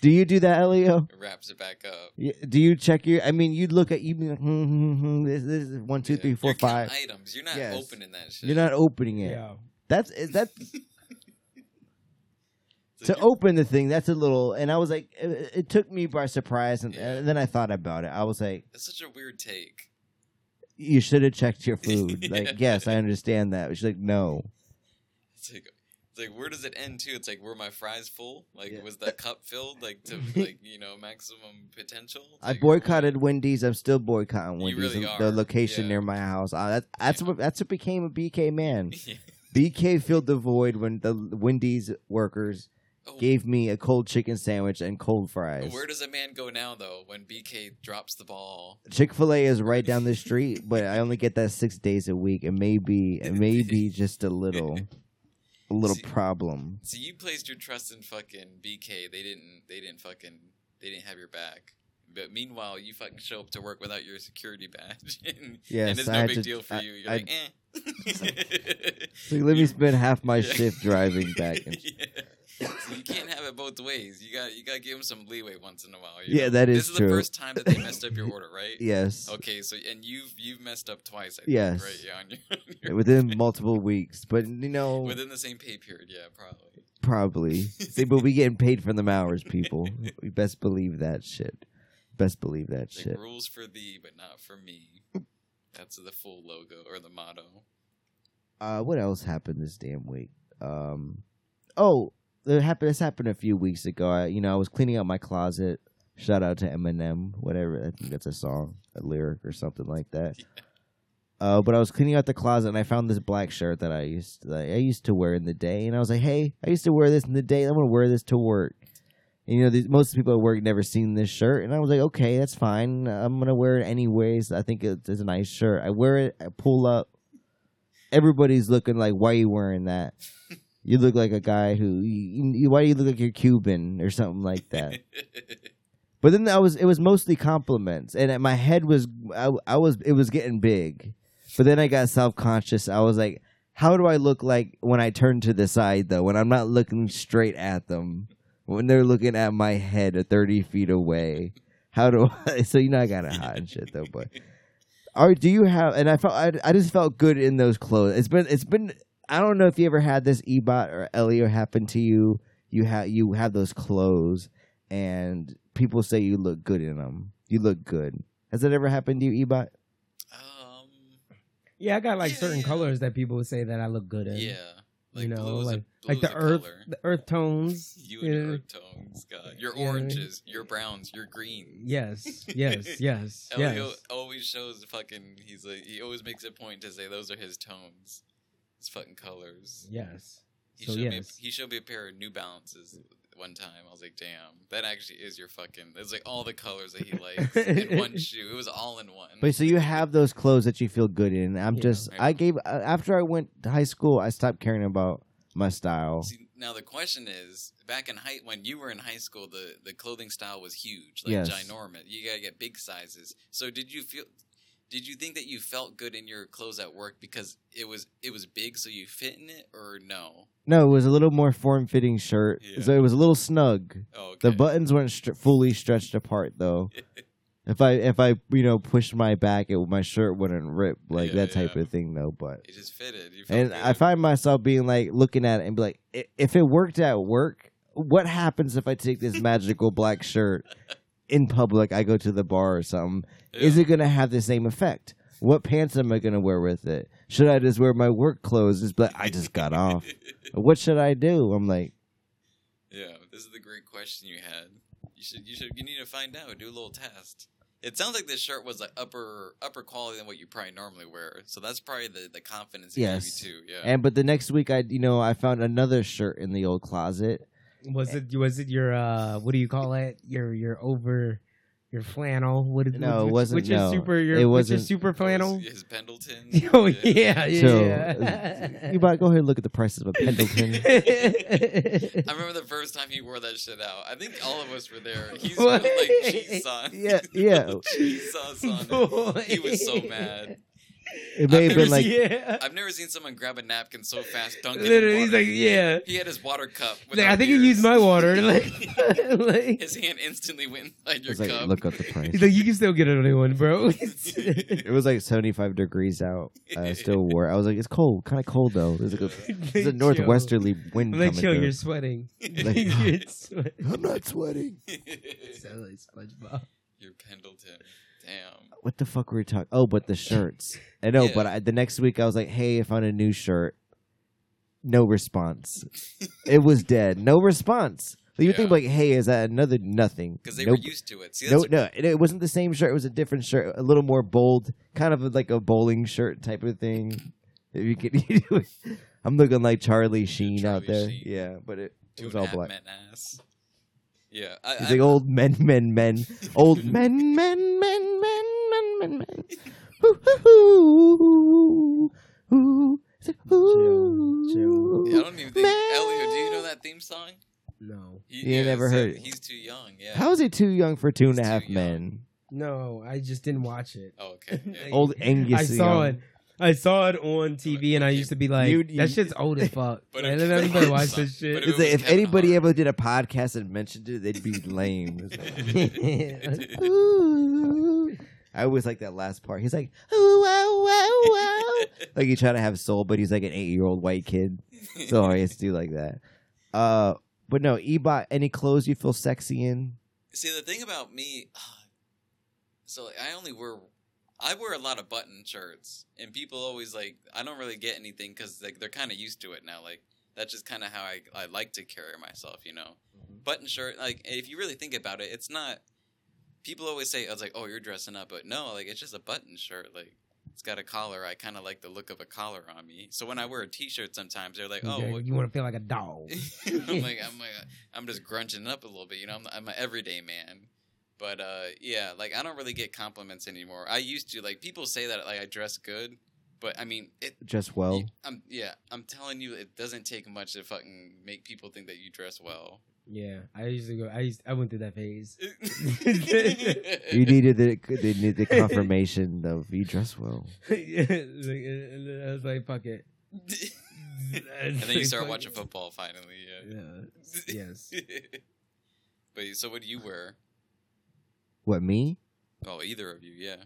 Do you do that, Elio? It wraps it back up. Y- Do you check your I mean you'd look at you be like, hmm, hmm, hmm, this, this is one, two, Yeah. three, four, You're counting five. items. You're not Yes. opening that shit. You're not opening it. Yeah. That's is that It's to like you're- open the thing, that's a little and I was like it, it took me by surprise and, Yeah. and then I thought about it. I was like That's such a weird take. you should have checked your food. Yeah. Like, yes, I understand that. She's like, no. It's like, it's like where does it end too? It's like were my fries full? Like Yeah. was that cup filled? Like to like you know maximum potential. It's I like, boycotted Wendy's. I'm still boycotting You Wendy's. really the- are, The location yeah. near my house. Uh, that, that's Yeah. what that's what became a BK man. Yeah. BK filled the void when the Wendy's workers Oh, gave me a cold chicken sandwich and cold fries. Where does a man go now though when BK drops the ball? Chick Fil A is right down the street, but I only get that six days a week, and maybe and maybe just a little, a little See- problem. So you placed your trust in fucking BK. They didn't. They didn't fucking. They didn't have your back. But meanwhile, you fucking show up to work without your security badge, and, Yes, and it's I no had big to- deal for I- you. You're I- like, eh. So let me You- spend half my Yeah. shift driving back. And yeah. So you can't have it both ways. You got you got to give them some leeway once in a while. you Yeah, know? that is This is true. the first time that they messed up your order, right? yes, Okay, so and you've you've messed up twice. I think, Yes. Right. Yeah. On your, on your within multiple weeks, but you know, within the same pay period. Yeah, probably. Probably. See, but we getting paid from them hours, people. We best believe that shit. Best believe that Like shit. rules for thee, but not for me. That's the full logo or the motto. Uh, what else happened this damn week? Um, oh, it happened. This happened a few weeks ago. I, you know, I was cleaning out my closet. Shout out to Eminem, whatever. I think that's a song, a lyric, or something like that. Uh, but I was cleaning out the closet and I found this black shirt that I used to, that I used to wear in the day, and I was like, "Hey, I used to wear this in the day. I'm gonna wear this to work." And, you know, these, most people at work never seen this shirt, and I was like, "Okay, that's fine. I'm gonna wear it anyways. I think it's, it's a nice shirt. I wear it. I pull up. Everybody's looking like, why are you wearing that? You look like a guy who. You, you, why do you look like you're Cuban or something like that?" But then I was it was mostly compliments, and my head was I, I was it was getting big. But then I got self conscious. I was like, how do I look like when I turn to the side though? When I'm not looking straight at them, when they're looking at my head at thirty feet away. How do I? So you know I gotta hide and shit though. But are do you have? And I felt I, I just felt good in those clothes. It's been it's been I don't know if you ever had this Ebot or Elio happen to you. You have you have those clothes and people say you look good in them. You look good. Has that ever happened to you, Ebot? um, Yeah, I got like Yeah, certain yeah. colors that people would say that I look good in. yeah, like you know, blue is like a, like blue the is a earth, color. the earth tones. uh, You yeah. and your tones, God. Your Yeah. oranges, your browns, your greens. Yes, yes, yes, Elio yes. always shows fucking. He's like he always makes a point to say those are his tones, his fucking colors. Yes. He So, showed me. yes. A, he showed me a pair of New Balances one time. I was like, damn, that actually is your fucking. It's like all the colors that he likes in one shoe. It was all in one. But so you have those clothes that you feel good in. I'm Yeah. just, I Right. gave, uh, after I went to high school, I stopped caring about my style. See, now the question is, back in high when you were in high school, the the clothing style was huge, like Yes. ginormous. You gotta get big sizes. So did you feel? Did you think that you felt good in your clothes at work because it was it was big, so you fit in it, or no? No, it was a little more form fitting shirt. Yeah. So it was a little snug. Oh, okay. The buttons weren't str- fully stretched apart though. If I if I you know pushed my back, it my shirt wouldn't rip like Yeah, that type yeah. of thing though. But it just fitted. You felt And I good. find myself being like looking at it and be like, "I- if it worked at work, what happens if I take this magical black shirt in public? I go to the bar or something. Is Yeah. it gonna have the same effect? What pants am I gonna wear with it? Should I just wear my work clothes? Just be like, I just got off. What should I do? I'm like, Yeah, this is the great question you had. You should, you should, you need to find out. Do a little test. It sounds like this shirt was like upper, upper quality than what you probably normally wear. So that's probably the the confidence. it Yes. gave you too. Yeah. and but the next week I you know I found another shirt in the old closet. Was it was it your uh what do you call it? Your your over your flannel? What is No, it which, wasn't, Which is no. super your It which is wasn't- super flannel? His Pendleton. Oh yeah, yeah. So uh, yeah. you might go ahead and look at the prices of a Pendleton. I remember the first time he wore that shit out. I think all of us were there. He's What? like cheese sauce. Yeah, yeah. cheese sauce on Boy. it. He was so mad. It may have never been like yeah. I've never seen someone grab a napkin so fast. Dunk it in Literally, he's water. like, yeah. he had his water cup. He's like, I without think he ears. used my water. Like, like- His hand instantly went inside your It's like, cup. look up the price. he's like, you can still get another one, bro. it was like 75 degrees out. I still wore. I was like, it's cold, kind of cold though. There's like a, there's a Like, northwesterly wind chill. Like, coming chill, through. you're sweating. Like- You're sweating. I'm not sweating. Sound like SpongeBob. Your Pendleton. Damn. What the fuck were we talking? Oh, but the shirts. I know, Yeah. but I, the next week I was like, hey, I found a new shirt. No response. it was dead. No response. So you Yeah. think like, hey, is that another nothing? Because they Nope. were used to it. See, no, that's no, it, it wasn't the same shirt. It was a different shirt, a little more bold, kind of like a bowling shirt type of thing. If you could, I'm looking like Charlie Sheen out Charlie there. Sheen. Yeah, but it, it two was and a all half black. men ass. Yeah. I, It's I, like old men, men, men, old men, men, men, men, men, men, men. Ooh, ooh, ooh, ooh. It's like, ooh, chill. yeah, I don't even think. man. Elio, do you know that theme song? No. He, You ain't never so heard it. He's too young. Yeah. How is it too young for two and a It's too half young. men? No, I just didn't watch it. Oh, okay. Yeah. Like, Old Angus. I Young. saw it. I saw it on TV, and I used to be like, um, You- you- "That shit's old as fuck." But but it- like, everybody watch this but shit. It's like, was if Kevin anybody Hart. ever did a podcast and mentioned it, they'd be lame. It's like- I always like that last part. He's like, ooh, wow, wow, wow. like he trying to have soul, but he's like an eight year old white kid. So I used to do like that. Uh, but no, Ebot, any clothes you feel sexy in? See, the thing about me, so like, I only wear, I wear a lot of button shirts, and people always like, I don't really get anything because like they're kind of used to it now. Like that's just kind of how I I like to carry myself, you know. Mm-hmm. Button shirt, like if you really think about it, it's not. People always say, "I was like, oh, you're dressing up," but no, like it's just a button shirt, like. It's got a collar. I kind of like the look of a collar on me. So when I wear a T-shirt, sometimes they're like, "Oh, Yeah, what- you want to feel like a dog. I'm like, I'm like, I'm just grunching up a little bit. You know, I'm, I'm an everyday man. But uh, yeah, like I don't really get compliments anymore. I used to like people say that like I dress good, but I mean, it. Just well. I'm yeah, I'm telling you, it doesn't take much to fucking make people think that you dress well. yeah, I used to go. I used. I went through that phase. You needed the, they needed the confirmation of you dress well. I was like, fuck it. and then you start watching football finally. Yeah. Yeah. Yes. but so what do you wear? What me? Oh, either of you, yeah.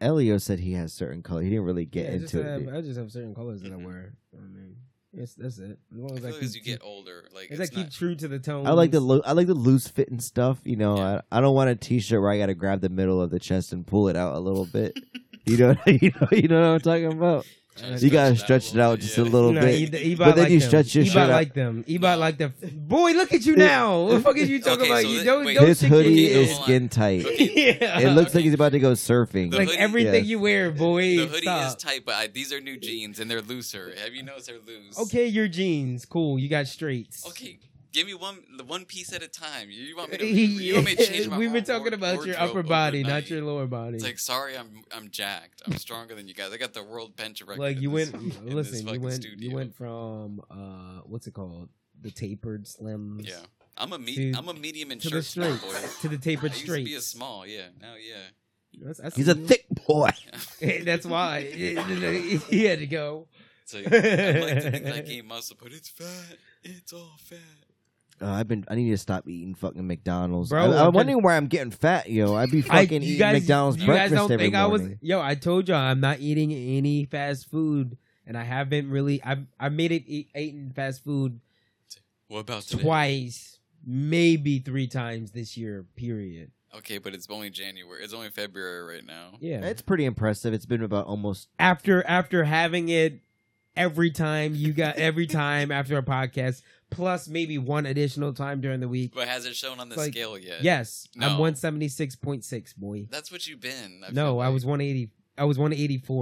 Elio said he has certain color. He didn't really get Yeah, just into have- it. I just have certain colors that I Mhm. wear. I mean, it's, that's it. As long I as feel I, like keep, as you get older, like as I it's keep not. true to the tone. I like the lo- I like the loose fit and stuff. You know, Yeah. I, I don't want a t-shirt where I got to grab the middle of the chest and pull it out a little bit. you know, you know, you know what I'm talking about. trying to You gotta stretch a it little out bit, just a yeah. little bit. E- But then you stretch your Ebot shit out. like them. Ebot like them. Boy, look at you now. What the fuck is you talking Okay, about? so you that- don't, wait. don't His shake your hoodie head. is Hold on. skin tight. yeah. It looks like Okay. he's about to go surfing. The like hoodie- everything yeah. you wear, boy. The hoodie Stop. is tight, but I, these are new jeans and they're looser. Have you noticed they're loose? Okay, your jeans, cool. You got straights. Okay. Give me one the one piece at a time. You, you want me to? You want me to change my We've been whole talking about your wardrobe upper body, overnight? not your lower body. It's like sorry, I'm I'm jacked. I'm stronger than you guys. I got the world bench record. like in you this- went in this listen you fucking went studio. you went from uh what's it called the tapered slims Yeah, I'm a me- to- I'm a medium in to the shirts now, straight boys. to the I tapered used to be a straight small, yeah. Now, yeah. He's a thick boy. that's why he had to go It's like I like to think that I gained muscle, but it's fat. It's all fat. Uh, I've been. I need to stop eating fucking McDonald's. Bro, I, am I'm trying- wondering where I'm getting fat, yo. I'd be fucking you eating guys- McDonald's you guys breakfast don't every think I was morning. yo I told y'all I'm not eating any fast food and I haven't really I've I made it eat, eaten fast food What about today? twice maybe three times this year period Okay, but it's only January. It's only February right now. yeah It's pretty impressive. It's been about almost. after after having it every time you got every time after a podcast plus maybe one additional time during the week But has it shown on the Like, scale yet? yes i'm No. 176.6 boy That's what you've been. feel no i like. was 180 i was 184 I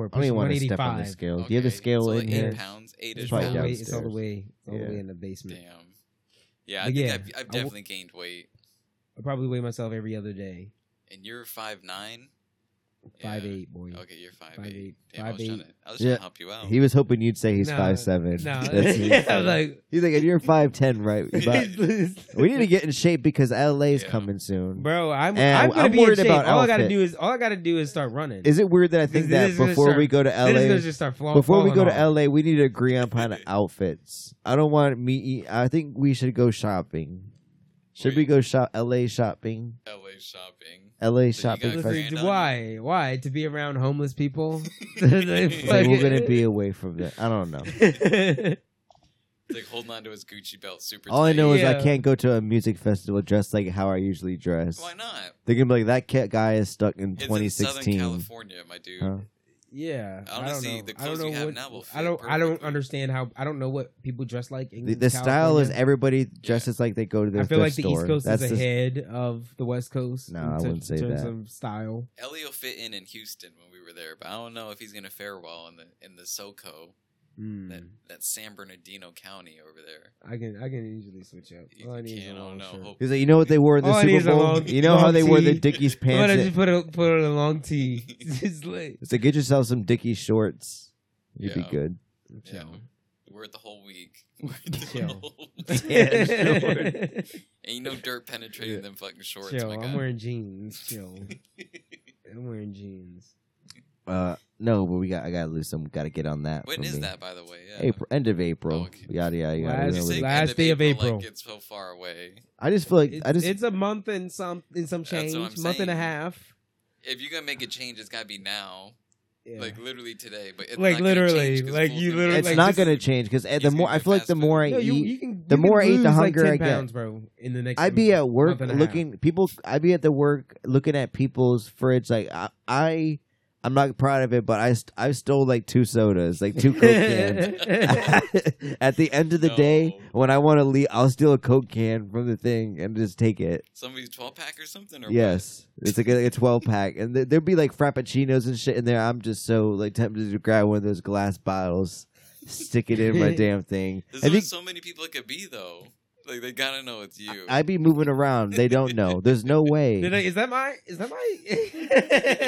don't plus even want to step on the 185 scale. Do you have the Okay, scale so in like eight here? pounds, eight It's is it's, probably all the way, it's all the downstairs. way it's all Yeah. the way in the basement Damn. Yeah, I But think yeah, I've, I I've will- definitely gained weight. i probably weigh myself every other day And you're five nine. Five eight, boy Okay, you're five, Five eight. eight, Damn, I was five trying eight. to, I was trying Yeah, to help you out. He was hoping you'd say he's No, five seven. no he's, i was like he's like, and you're five ten, right? But we need to get in shape because LA is Yeah. coming soon. bro i'm, And I'm gonna I'm be in worried shape. about all i gotta outfit. do is all i gotta do is start running Is it weird that I think This- that this is gonna before start- we go to Then it's LA, gonna just start fall- before we falling go to off. LA, we need to agree on kind of outfits. I don't want me. eat- I think we should go shopping. Should we Wait. go shop LA shopping? LA shopping. LA So you got shopping. Listen, Fest- grand on why? Why to be around homeless people? Like, Like- we're gonna be away from that. I don't know. It's like holding onto his Gucci belt super All I tight. know is I Yeah. can't go to a music festival dressed like how I usually dress. Why not? They're gonna be like that cat guy is stuck in It's in Southern 2016. California, my dude. Huh? yeah, Honestly, I don't know. the I don't clothes you know have what- now will I don't. fit I don't perfectly. understand how. I don't know what people dress like. In The, the style is California. everybody dresses like they go to their I feel like thrift the store. East Coast That's is the- ahead of the West Coast. No, in I ter- wouldn't say terms that. of style. Elio fit in in Houston when we were there, but I don't know if he's gonna fare well in the in the SoCo, Hmm. that, that San Bernardino County over there. I can. I can usually switch up. You All I need is a can't. I long don't know. shirt. Hope- He's like, you know what they wore at the All Oh, I need is Super a Bowl? long- you know how long they wore the tee. Dickies Why don't pants? you put a, put on a long tee? It's like- It's like, get yourself some Dickies shorts. You'd Yeah. be good. Yeah. Chill. We're at the whole week. We're at the Chill. whole Yeah, sure. Ain't no dirt penetrating them fucking shorts. Chill. my I'm God. wearing jeans. Chill. I'm wearing jeans. Uh, no, but we got. I gotta lose some. Gotta get on that. When for is me. that, by the way? Yeah. April, end of April. Oh, okay. Yada yada yada. Last- We're gonna You say lose- end Last day of April. Like, it's so far away. I just feel like It's, I just it's a month and some in some That's what change, I'm month and a saying. half. If you're gonna make a change, it's gotta be now. yeah. Like literally today, but it's Like, not gonna literally, change 'cause like, full you gym- literally, It's like, not this gonna is- change because the it's more gonna I go feel like the faster. more I No, you, eat, you can, the you more I can eat, the lose, hunger like I 10 get. pounds, bro. In the next, I'd be at month work and a half. looking people. I'd be at the work looking at people's fridge. Like I, I I'm not proud of it, but I st- I stole like two sodas, like two coke cans. at the end of the day, No. when I want to leave, I'll steal a coke can from the thing and just take it. Somebody's twelve pack or something. Or what? Yes, it's like a, a twelve pack, and th- there'd be like frappuccinos and shit in there. I'm just so like tempted to grab one of those glass bottles, stick it in my damn thing. There's I only think so many people it could be though. Like they gotta know it's you. I'd be moving around. They don't know. There's no way. They're like, is that my? Is that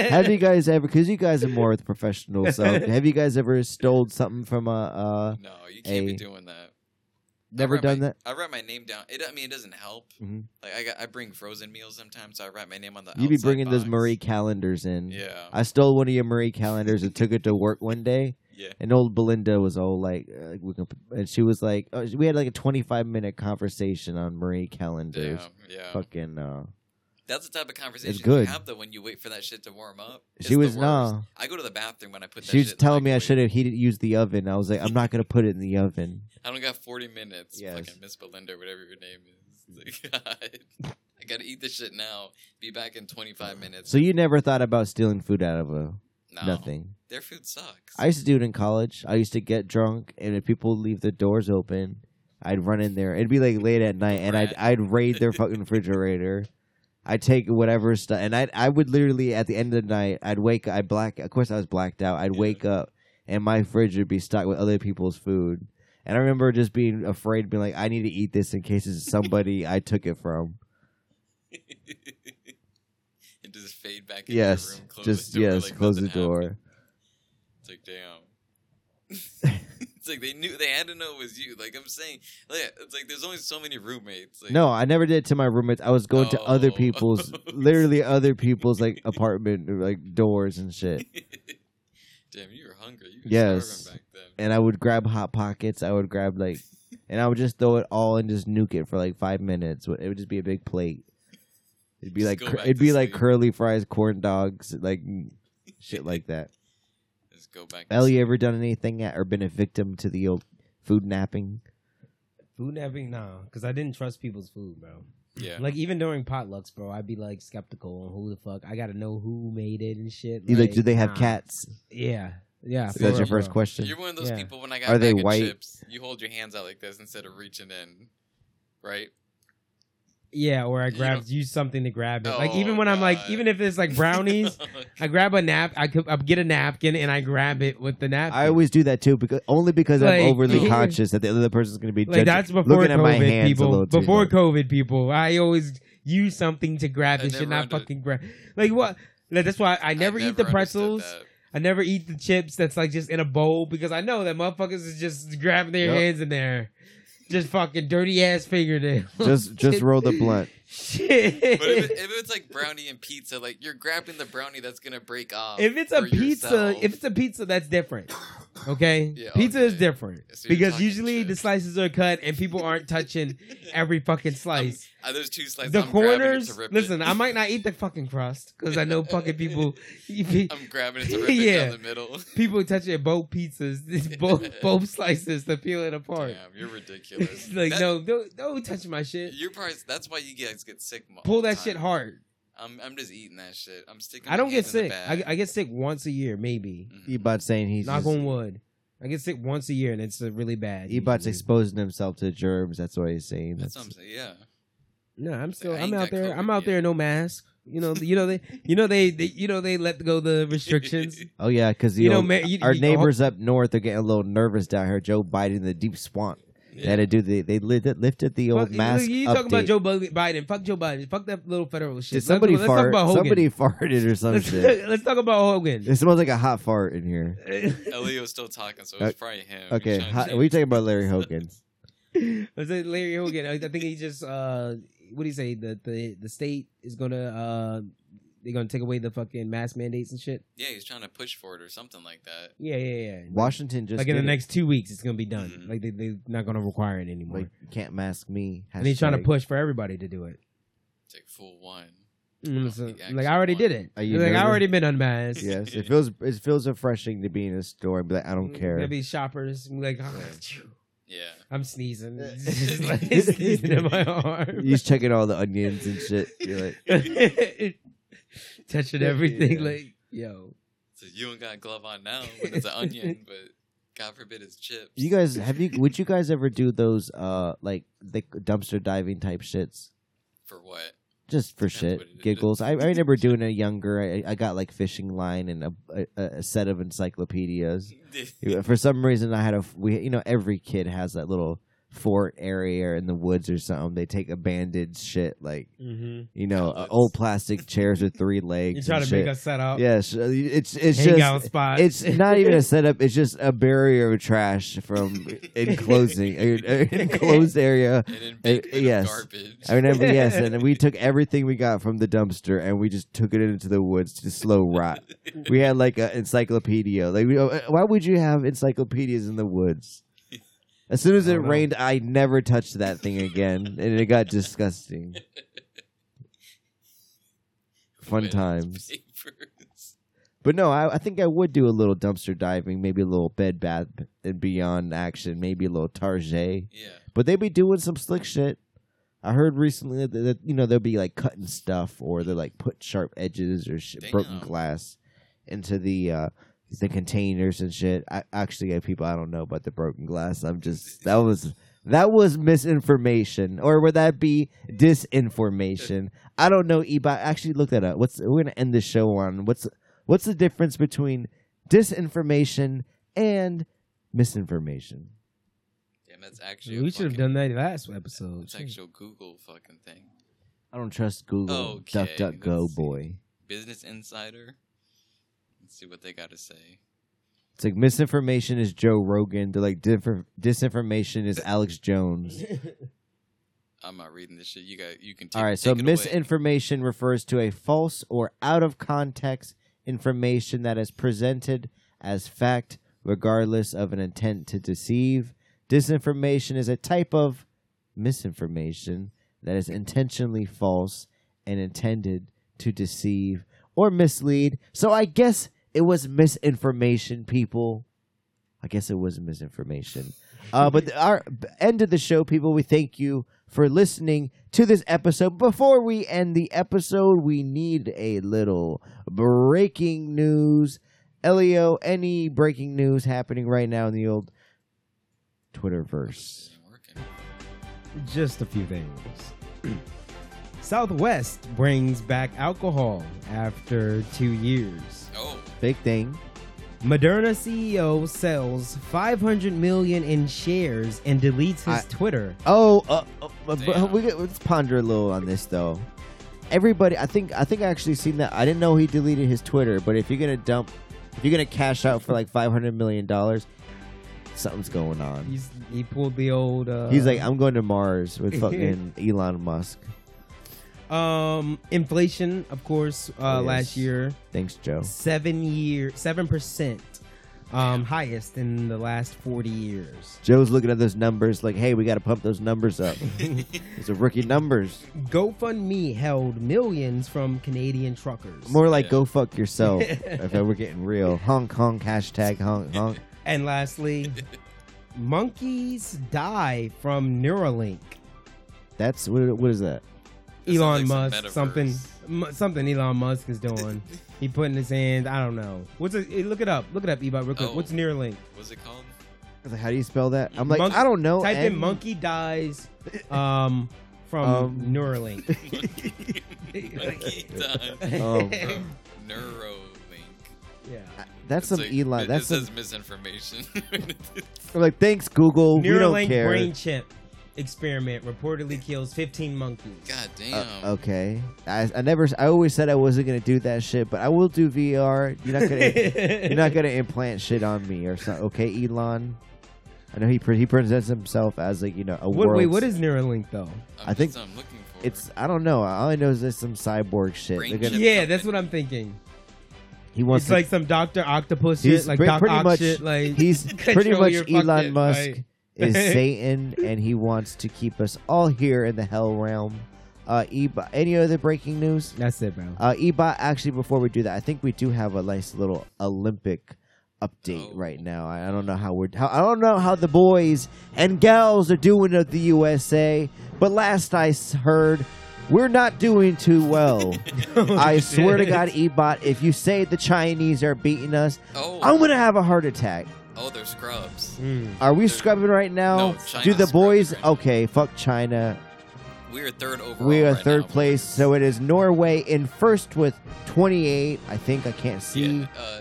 my? have you guys ever? Because you guys are more with professional stuff. Have you guys ever stole something from a? Uh, no, you can't be Hey. doing that. I never write done my- that. I write my name down. It, I mean, it doesn't help. Mhm. Like I, got, I bring frozen meals sometimes, so I write my name on the. You be outside bringing those box. Marie calendars in. Yeah, I stole one of your Marie calendars and took it to work one day. yeah. And old Belinda was all like, uh, like, we can, and she was like, oh, we had like a 25 minute conversation on Marie calendars. Damn, yeah. Fucking, uh, That's the type of conversation good. you have though when you wait for that shit to warm up. It's She the was- worst. nah. I go to the bathroom when I put. That she was shit in the telling me I microwave. should have heated, used the oven. I was like, I'm not going to put it in the oven. I don't got forty minutes. Yes. Fucking Miss Belinda, whatever your name is. Like, God, I gotta eat this shit now. Be back in twenty five minutes. So you never thought about stealing food out of a no, nothing. Their food sucks. I used to do it in college. I used to get drunk, and if people leave the doors open, I'd run in there. It'd be like late at night, and I'd Rat. I'd raid their fucking refrigerator. I'd take whatever stuff, and I I would literally at the end of the night, I'd wake, I'd black. Of course, I was blacked out. I'd Yeah. wake up, and my fridge would be stocked with other people's food. And I remember just being afraid, being like, I need to eat this in case it's somebody I took it from. it just fade back. Into your Yes, room, close just the door, yes, like close the nothing door. happened. It's like damn. it's like they knew they had to know it was you. Like I'm saying, like it's like there's only so many roommates. Like, No, I never did it to my roommates. I was going to other Oh. people's, literally other people's like apartment, like doors and shit. damn, you were hungry. You were Yes. starving back then. And I would grab hot pockets. I would grab like, and I would just throw it all and just nuke it for like five minutes. It would just be a big plate. It'd be Just like go cur- back it'd to be like sleep. curly fries, corn dogs, like shit like that. Let's go back. to Al, you ever done anything at, or been a victim to the old food napping? food napping? Nah, because I didn't trust people's food, bro. sleep. yeah. Like even during potlucks, bro, I'd be like skeptical on who the fuck. I gotta know who made it and shit. You like, do they have nah. cats? Yeah, yeah. for That's real, your first bro. question. You're one of those Yeah. people when I got Are Are they they white? chips, you hold your hands out like this instead of reaching in, right? Yeah, or I You grabbed use something to grab it. like Oh, even when I'm like, God. even if it's like brownies, I grab a nap. I, could, I get a napkin and I grab it with the napkin. I always do that too, because only because Like, I'm overly yeah. conscious that the other person's going to be like judging, that's before looking at my COVID hands a people. little too Before much. COVID people, I always use something to grab I it. Should not never under- fucking grab. Like what? Like, that's why I never, eat the understood pretzels. that. I never eat the chips that's like just in a bowl because I know that motherfuckers is just grabbing their Yup. hands in there, just fucking dirty ass fingernails. just just roll the blunt. shit. But if, it, if it's like brownie and pizza, like you're grabbing the brownie that's gonna break off. If it's a uh, for pizza, yourself. if it's a pizza, that's different. Okay, Yeah, pizza is okay. different So you're because talking usually the chips. slices are cut and people aren't touching every fucking slice. Uh, there's two slices. the I'm grabbing it corners. to rip it. Listen, I might not eat the fucking crust because I know fucking people. you be- I'm grabbing it to rip it Yeah. down the middle. People touching both pizzas, both both slices to peel it apart. Damn, you're ridiculous. It's like That- no, don't don't touch my shit. You're probably that's why you guys get sick. mo- all Pull the that shit time. hard. I'm I'm just eating that shit. I'm sticking. I my don't get hand in the sick. I, bag. I get sick once a year, maybe. Mhm. Ebot's saying he's Knock just, on wood. I get sick once a year, and it's uh, really bad. Ebot's usually. exposing himself to germs. That's what he's saying. That's That's, what I'm saying. Yeah. No, I'm still. I I'm ain't out got there. I'm COVID out there. yet. No mask. You know. You know they. You know they. they you know they let go the restrictions. oh yeah, because you know, man, you, our you- neighbors up north are getting a little nervous down here. Joe Biden, in the deep swamp. They had to do the they li- lifted the oh, old fuck, mask You, you update. talking about Joe Bu- Biden? Fuck Joe Biden. Fuck that little federal shit. Did Let's- somebody let's, fart? talk about Somebody Hogan. farted or some let's, shit. let's talk about Hogan. It smells like a hot fart in here. Elio's still talking, so it's probably him. He's Uh, Okay, trying to hot, change we talking about Larry Hogan. Was it Larry Hogan? I I think he just. Uh, what do you say? The the the state is gonna. Uh, they're gonna take away the fucking mask mandates and shit. Yeah, he's trying to push for it or something like that. Yeah, yeah, yeah. Washington just like in the did it. next two weeks, it's gonna be done. Mhm. Like they they're not gonna require it anymore. like can't mask me. and he's trying to Hashtag. push for everybody to do it. It's like full one. Mm, so, think I like I actually already want did it. Are you like I nervous? already been unmasked. Yes, it feels it feels refreshing to be in a store and be like, I Mm, don't care. There'll be shoppers like Yeah. I'm sneezing. sneezing in my arm. Uh, He's checking all the onions and shit. You're like, Touching everything Yeah. like yo. So you don't got a glove on now when it's an onion, but God forbid it's chips. you guys have you? Would you guys ever do those uh like the dumpster diving type shits? for what? Just for Depends what it shit is. giggles. I, I remember doing it younger. I, I got like fishing line and a, a, a set of encyclopedias. For some reason, I had a we you know every kid has that little fort area in the woods or something. They take abandoned shit like Mm-hmm. you know uh, Outlets. old plastic chairs with three legs. You try and to shit. make us set up. Yes, uh, it's it's Hangout just spot. it's not even a setup. It's just a barrier of trash from enclosing a- a enclosed area. And in big bin of yes. garbage. I remember yes, and we took everything we got from the dumpster and we just took it into the woods to slow rot. We had like an encyclopedia. Like, we, uh, why would you have encyclopedias in the woods? As soon as I it don't know. rained, I never touched that thing again, and it got disgusting. Fun With times. papers. But no, I, I think I would do a little dumpster diving, maybe a little Bed Bath and Beyond action, maybe a little Target. Yeah. But they be doing some slick shit. I heard recently that, that you know they'll be like cutting stuff or they'll like put sharp edges or sh- broken Damn. glass into the uh the containers and shit. I actually have people I don't know about the broken glass. I'm just that was that was misinformation or would that be disinformation? I don't know. Eba, actually look that up. What's we're gonna end the show on? What's what's the difference between disinformation and misinformation? Damn, that's actually. a we should have done fucking- that last episode. That's actual Google fucking thing. I don't trust Google. Okay, duck, duck, go, let's see. boy. Business Insider. Let's see what they got to say. It's like misinformation is Joe Rogan. They're like differ- disinformation is Alex Jones. I'm not reading this shit. You got. You can. Take, All right, so take it away. misinformation refers to a false or out of context information that is presented as fact, regardless of an intent to deceive. Disinformation is a type of misinformation that is intentionally false and intended to deceive or mislead. So I guess it was misinformation, people. I guess it was misinformation. Uh, but the- our b- end of the show, people, we thank you for listening to this episode. Before we end the episode, we need a little breaking news. Elio, any breaking news happening right now in the old Twitterverse? This ain't working. Just a few things. Southwest brings back alcohol after two years. Oh, Big thing. Moderna CEO sells 500 million in shares and deletes his I- Twitter. Oh, uh, uh, uh, but Damn. we get, let's ponder a little on this though. Everybody, I think I think I actually seen that. I didn't know he deleted his Twitter, but if you're gonna dump, if you're gonna cash out for like five hundred million dollars, something's going on. He's, he pulled the old. Uh, He's like, I'm going to Mars with fucking Elon Musk. um, inflation, of course, Oh, uh, Yes. last year Thanks, Joe. seven year seven percent, um, highest in the last 40 years. Joe's looking at those numbers like, hey, we got to pump those numbers up. These are rookie numbers. GoFundMe held millions from Canadian truckers. More like Yeah. go fuck yourself. if we're getting real, Hong Kong hashtag Hong Kong. And lastly, monkeys die from Neuralink. That's what. What is that? That sounds Elon like Musk, some something, metaverse. m- something Elon Musk is doing. he putting his hand. I don't know. What's it? eh, Look it up. Look it up, Ebot, real quick. Oh. What's Neuralink? what's it called? I was like, how do you spell that? I'm like, Monk- I don't know. Type in and- monkey dies um, from Um. Neuralink. Monkey time. Oh. Um, Neuralink. yeah. That's It's some like- Elon. It, That's it some, says misinformation. I'm like, thanks Google. we don't Neuralink care. brain chip experiment reportedly kills 15 monkeys. God damn. Uh, okay, I, I never. I always said I wasn't gonna do that shit, but I will do VR. You're not gonna. you're not gonna implant shit on me or something. Okay, Elon. I know he pre- he presents himself as like you know a What, world. wait, what is Neuralink though? I'm I think that's what I'm looking for. It's I don't know. All I know is there's some cyborg shit. Brain They're chip. gonna, Yeah, that's what I'm thinking. He wants it's to- like some Doctor Octopus he's shit, like pre- Doc pretty Ock much shit. Like he's pretty control much your fucking- Elon Musk like- is Satan, and he wants to keep us all here in the hell realm Uh, Ebot, any other breaking news? That's it, bro. Uh, Ebot, actually, before we do that, I think we do have a nice little Olympic update Oh. right now. I, I don't know how we're, how, I don't know how the boys and gals are doing at the USA, but last I s- heard, we're not doing too well. Oh, I swear to God, Ebot, if you say the Chinese are beating us, Oh, I'm gonna have a heart attack. oh, they're scrubs. Mm. Are we scrubbing right now? No, China's Do the boys? scrubbing right now. Okay, fuck China. We are third overall. We are right third now. place, so it is Norway in first with 28. I think I can't see. Yeah, I uh,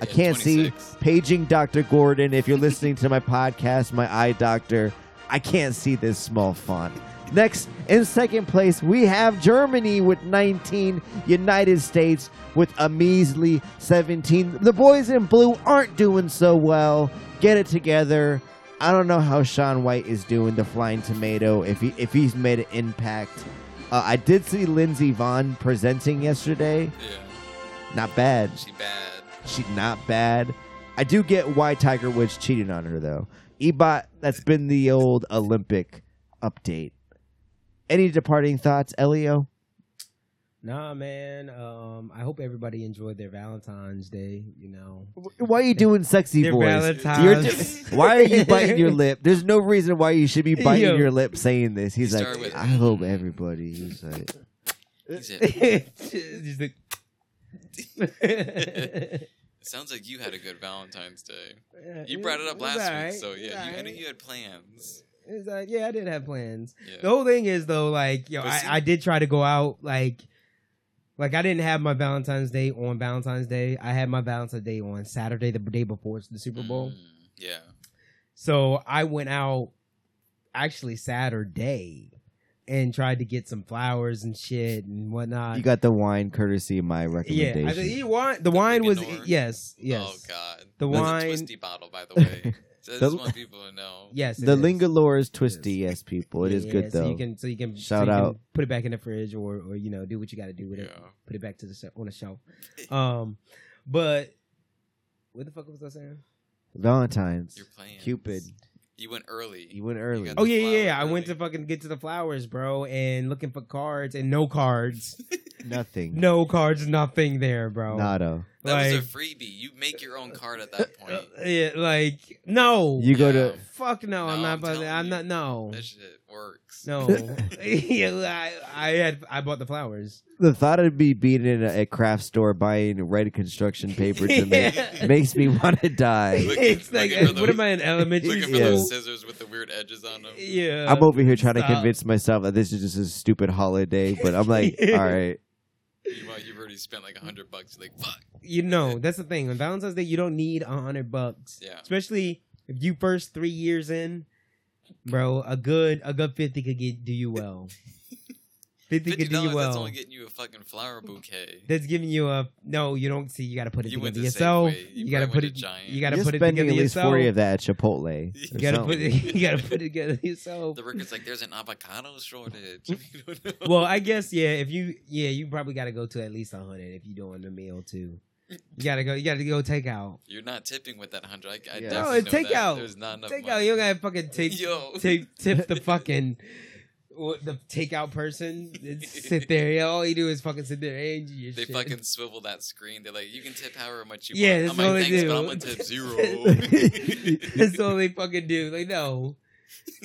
yeah, can't see. 26. Paging Dr. Gordon, if you're listening to my podcast, my eye doctor, I can't see this small font. Next, in second place, we have Germany with 19, United States with a measly 17. The boys in blue aren't doing so well. Get it together. I don't know how Sean White is doing the flying tomato, if, he, if he's made an impact. Uh, I did see Lindsey Vaughn presenting yesterday. Yeah, Not bad. she bad. She's not bad. I do get why Tiger Woods cheated on her though. Ebot, that's been the old Olympic update. Any departing thoughts, Elio? Nah, man. Um, I hope everybody enjoyed their Valentine's Day. You know, Why are you doing sexy Their voice? Valentine's. You're do- why are you biting your lip? There's no reason why you should be biting Yo. your lip saying this. He's You like, start with- I hope everybody. He's like, He said, it Just like- sounds like you had a good Valentine's Day. You brought it up It's last alright, week, so it's yeah, you, I alright. knew you had plans. It's like, yeah, I did have plans. Yeah. The whole thing is though, like, yo, But I, see- I did try to go out, like, like I didn't have my Valentine's Day on Valentine's Day. I had my Valentine's Day on Saturday, the day before the Super Bowl. Mm, yeah. So I went out actually Saturday and tried to get some flowers and shit and whatnot. you got the wine courtesy of my yeah, recommendation. I said, "You want- the wine was Ignore. yes, yes, Oh God. The That's wine- A twisty bottle, by the way. So I The- just want people to know. yes. it the is. Lingalore is twisty, yes, people. It is Yeah, good so though. You can so you can so Shout you can out. put it back in the fridge or or you know do what you got to do with Yeah. Eh. it. Put it back to the shelf, on the shelf. Um, but what the fuck was I saying? Valentine's, Your plans. Cupid. You went early. You went early. got Oh the yeah, yeah, flower yeah. I went to early. fucking get to the flowers, bro, and looking for cards and no cards, Nothing. Oh, no cards, nothing there, bro. Nada. That like, uh, was a freebie. You make your own card at that point. yeah, like no, You go to fuck no, I'm No, not. I'm about telling I'm you. not. No, That shit works. no. yeah, I, I had I bought the flowers. The thought of me being in a, a craft store buying red construction paper to me Yeah. makes me want to die. Look- it's like, looking for what those- am I in elementary Looking for school? those scissors with the weird edges on them. Yeah, I'm over here trying to Stop. convince myself that this is just a stupid holiday, but I'm like, all right, Meanwhile, you've already spent like a hundred bucks. You're like, fuck. you know that's the thing. On Valentine's Day, you don't need a hundred bucks, Yeah. especially if you first three years in, bro. A good a good fifty could get do you well. Fifty Fifty could do dollars. you That's well. only getting you a fucking flower bouquet. That's giving you a no. You don't see. You got to put it You went together to yourself. Safeway. You You, got to probably put went it. to Giant. You got to you're put it spending together at least yourself. forty of that at Chipotle. You You or got to put something. it. You got to put it together yourself. The record's like, there's an avocado shortage. You don't know. well, I guess yeah. If you yeah, you probably got to go to at least a hundred if you're doing the meal too. You gotta go. You gotta go take out. You're not tipping with that hundred. I, I Yeah. No, definitely it's know that. takeout. There's not enough. Take out. money. You don't gotta fucking take Yo. tip, tip the fucking what, the takeout person and sit there. Yeah, all you do is fucking sit there and you They shit. fucking swivel that screen. They're like, you can tip however much you yeah. That's want. all I'm like, they thanks, do. but I'm gonna tip zero. that's all they fucking do. Like no,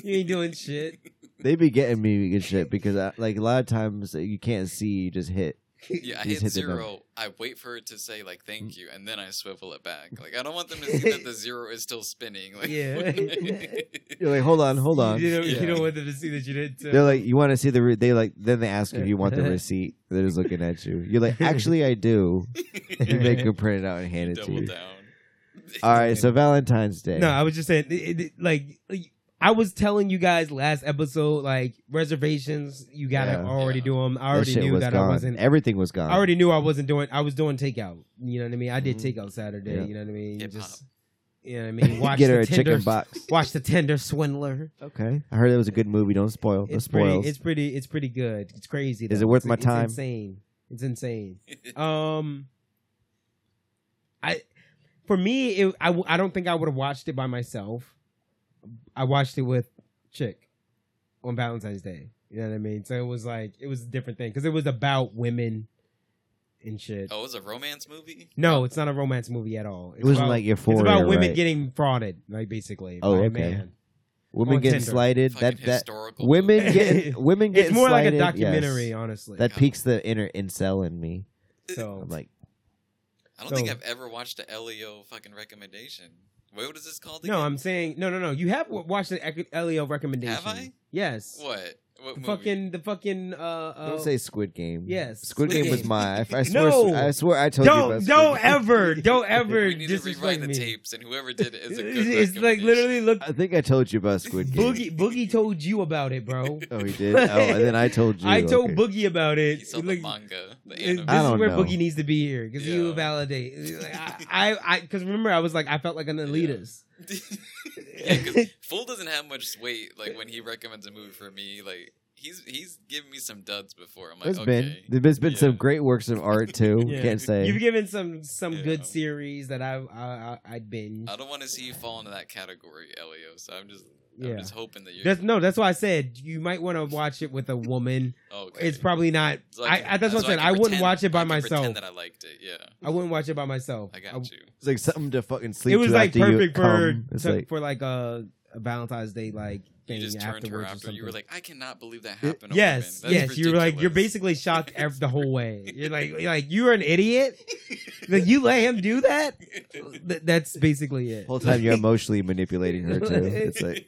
you ain't doing shit. They be getting me good shit because I, like a lot of times you can't see, you just hit. yeah, I Just hit, hit the zero. I wait for it to say like Mm. thank you, and then I swivel it back. Like I don't want them to see that the zero is still spinning. Like, Yeah. You're like, hold on, hold on. You don't, you Yeah. don't want them to see that you didn't. They're like, you want to see the? Re-? They like, then they ask if you want the receipt. They're just looking at you. You're like, actually, I do. You make them print it out and hand it to Double you. down. All right, so Valentine's Day. No, I was just saying, it- it- like, like, I was telling you guys last episode, like reservations, you gotta Yeah. already Yeah. do 'em. do them. I That already shit knew was that gone. I wasn't. Everything was gone. I already knew I wasn't doing. I was doing takeout. You know what I mean? I did Mhm. takeout Saturday. Yeah. You know what I mean? Hip hop. Just, you know what I mean? Watch get the her a Tinder- chicken box. Watch the Tender Swindler. Okay, I heard it was a good movie. Don't spoil. Don't It's spoil. pretty. It's pretty. It's pretty good. It's crazy. Is though. it worth It's- my it's time? insane. It's insane. Um, I for me, it, I w- I don't think I would have watched it by myself. I watched it with chick on Valentine's Day. You know what I mean? So it was like it was a different thing because it was about women and shit. Oh, it was a romance movie. No, it's not a romance movie at all. It's it wasn't about, like it's Euphoria. about women right? getting frauded, like basically. Oh, by a okay. man. women on getting Tinder. slighted. Fucking That that historical. women movie. getting women getting It's more slighted, like a documentary, Yes. honestly. That piques the inner incel in me. so I'm like, I don't think so- I've ever watched a Leo fucking recommendation. Wait, what is this called? no, again? I'm saying no, no, no. You have w- watched the Ec- Elio recommendation? Have I? Yes. What? What The movie? fucking the fucking uh, uh don't say Squid Game. yes, Squid, Squid Game, was Game. my. I, I swear, No. I swear, I told you. don't about don't Squid Game. ever don't ever we need to disrespect rewind the me. tapes, and whoever did it is a good. it's it's like recommendation. literally look I think I told you about Squid Game. Boogie Boogie told you about it, bro. Oh, he did. Oh, and then I told you. I told okay. Boogie about it. He saw the Look, manga, the this anime. I is don't where know. Boogie needs to be here because he Yeah. will validate. Like, I I because remember I was like I felt like an elitist. yeah, because Fool doesn't have much weight. Like when he recommends a movie for me, like he's he's given me some duds before. I'm like, There's okay, been there's been some Yeah. great works of art too. Yeah. Can't say. You've given some some Yeah. good series that I I I I'd binge. I don't want to see you fall into that category, Elio. So I'm just, Yeah. I'm just hoping that you're That's no. That's why I said you might want to watch it with a woman. okay. It's probably not. So I can- I, I, that's what so I said. can I, wouldn't pretend- watch it by I can pretend myself. That I liked it. Yeah, I wouldn't watch it by myself. I I- got you. It's like something to fucking sleep. it was to like after you perfect for come. It's to- like for like a, a Valentine's Day like You thing just turned afterwards or her after. something. You were like, I cannot believe that happened. to a yes, woman. yes. That's You're like you're ridiculous." basically shocked ev- the whole way. You're like you're like you're an idiot. like you let him do that. Th- that's basically it. the whole time you're emotionally manipulating her too. It's like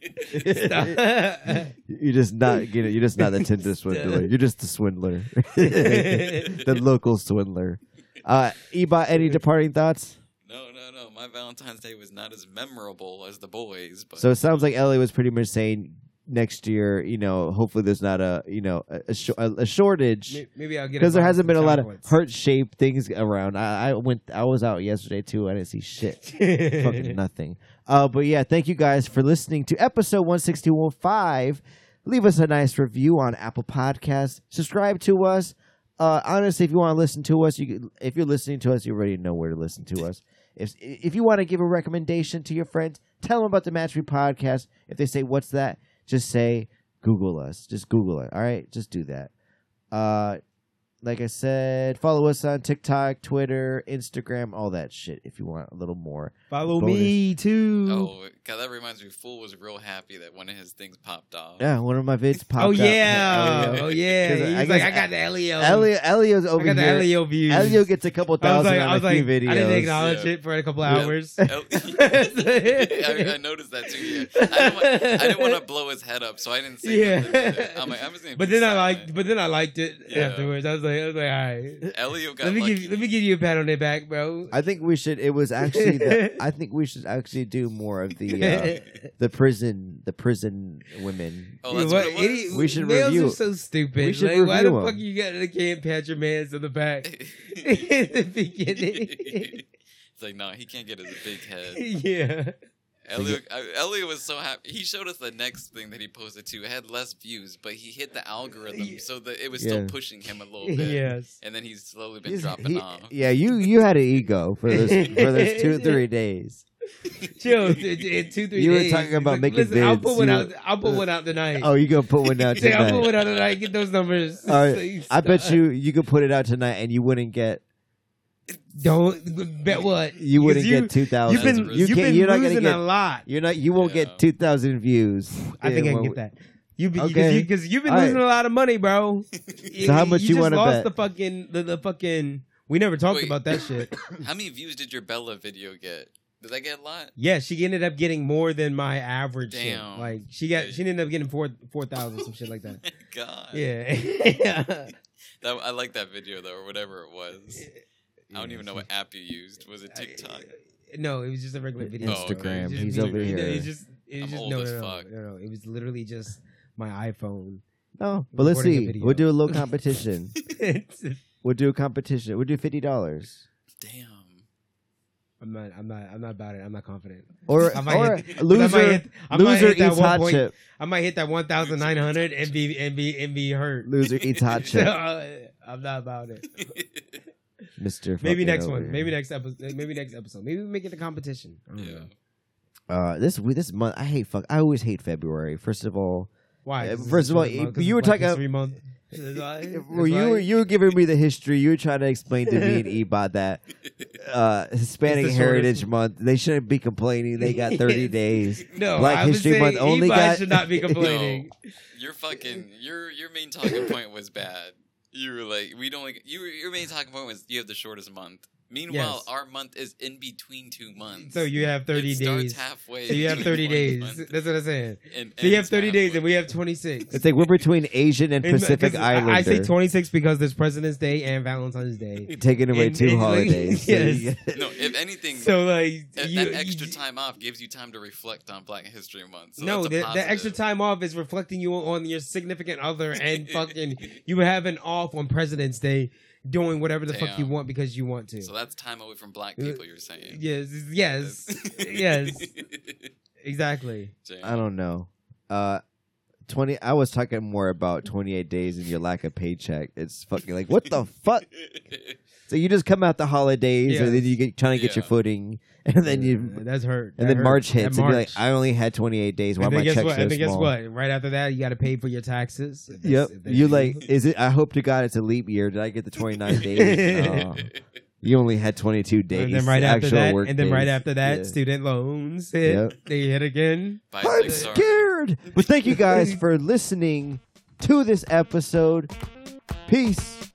Stop. you're just not you know, you're just not the Tinder swindler. You're just the swindler, the local swindler. Uh, Eba, any departing thoughts? No, no, no. My Valentine's Day was not as memorable as the boys, but So it sounds like Ellie was pretty much saying next year, you know, hopefully there's not a you know a, a, shor- a a shortage. May- Maybe I'll get because there hasn't been a lot of hurt. heart shaped things around. I, I went, I was out yesterday too. I didn't see shit, fucking nothing. Uh, but yeah, thank you guys for listening to episode one sixty one five. Leave us a nice review on Apple Podcasts. Subscribe to us. Uh, honestly, if you want to listen to us, you can- if you're listening to us, you already know where to listen to us. If if you want to give a recommendation to your friends, tell them about the Match Me podcast. If they say what's that, just say Google us. Just Google it. All right, just do that. Uh, like I said, follow us on TikTok, Twitter, Instagram, all that shit. If you want a little more, Follow me too. oh, God, that reminds me. Fool was real happy that one of his things popped off. yeah, one of my vids popped Oh up. yeah, Elio. oh yeah. Because I He's guess like, I got the Elio. Elio, Elio's I over got the here. Elio view. Elio gets a couple I was thousand like, on I a was like, few videos. I didn't acknowledge Yeah. it for a couple Yeah. hours. El- Oh, I, I noticed that too. Yeah. I didn't, want, I didn't want to blow his head up, so I didn't say. Yeah. Yeah. Nothing. I'm like, I'm just gonna. But be then I silent. liked, but then I liked it Yeah. afterwards. I was like, I was like, all right. Elio got Let me lucky. give, let me give you a pat on the back, bro. I think we should. It was actually. The, I think we should actually do more of the uh, the prison the prison women. Oh, that's what, it was. We should males review- are so stupid. we should like, why the review 'em. fuck you got to can't pat your man's on the back in the beginning? it's like, no, he can't get his big head. yeah. Elio, I- Elio was so happy. He showed us the next thing that he posted to. It had less views, but he hit the algorithm so that it was still Yeah. pushing him a little bit. Yes. And then he's slowly been He's- dropping he- off. Yeah, you you had an ego for those for those two three days. Chill. In two, three You were days. talking He's about like, making Listen, I'll vids. put one You- out. I'll put one out tonight. Oh, you gonna put one out Say, I'll put tonight? one out tonight. Get those numbers. All right. Please I bet stop. you you could put it out tonight and you wouldn't get Don't bet what you wouldn't Because you- get two thousand. You've been That's you you've can't been you're not losing gonna get a lot. you're not you won't Yeah. get two thousand views. I think in I can one get that. You be, Okay. because you, because you've been All right. losing a lot of money, bro. So how much you just wanna lost bet? The fucking the, the fucking we never talked Wait. about that shit. How many views did your Bella video get? Did that get a lot? Yeah, she ended up getting more than my average. shit. Damn. Like she got she ended up getting four four thousand some shit like that. God. Yeah. That, I like that video though, or whatever it was. I don't even know what app you used. Was it TikTok? No, it was just a regular video. Instagram. It was He's just- over it- here. It was just, it was I'm just old no, as no, no, fuck. no, no. It was literally just my iPhone. No, but let's Recording a see. video. We'll do a little competition. I'm we'll do a competition. We'll do fifty dollars. Damn. not. I'm not. I'm not about it. I'm not confident. Or, I or loser, might hit- I might hit- I might loser hit that eats one hot point. chip. I might hit that one thousand nine hundred and be and be and be hurt. Loser eats hot So, chip. uh, I'm not about it. Mister. Maybe next one. Maybe next episode. Maybe next episode. Maybe we make it a competition. I don't yeah. know. Uh, this we- this month I hate fuck. I always hate February. First of all, Why? Uh, This is first of all, three month- you were this is like talking- three month. Well, you were you were giving me the history. You were trying to explain to me and Ebot that uh, Hispanic It's the shortest- Heritage Month. They shouldn't be complaining. They got thirty days. no Black I was History saying Month only Ebot got- should not be complaining. Your fucking your your main talking point was bad. You were like, we don't like you. were- Your main talking point was you have the shortest month. Meanwhile, Yes. our month is in between two months. So you have thirty it starts days. halfway. So you have between thirty one days. month That's what I'm saying. and So you have ends thirty days, and halfway. we have twenty six. It's like we're between Asian and Pacific Islander. I, say twenty six because there's President's Day and Valentine's Day. taking away and- two and like- holidays. So yes. you- No, if anything, So like that, you- that extra you- time off gives you time to reflect on Black History Month. So no, that's a the, the extra positive. time off is reflecting you on your significant other and fucking you having off on President's Day, doing whatever the fuck Damn. you want because you want to. So that's time away from Uh, black people. You're saying yes, yes, yes, exactly. Damn. I don't know. Uh, twenty. I was talking more about twenty-eight days and your lack of paycheck. It's fucking like what the fuck. So you just come out the holidays, and then Yes. you get trying to get your Yeah. footing, and then you, Uh, that's hurt. and That then hurt. March That hits, and March. you're like, I only had twenty-eight days. Why and my then guess check's what? so and then guess small? what? Right after that, you got to pay for your taxes. That's- Yep. that's- You like is it? I hope to God it's a leap year. Did I get the twenty nine days? No. You only had twenty two days. And then right after actual that, work and then right days. after that, Yeah. student loans hit. Yep. They hit again. Buy I'm six stars. scared. But thank you guys for listening to this episode. Peace.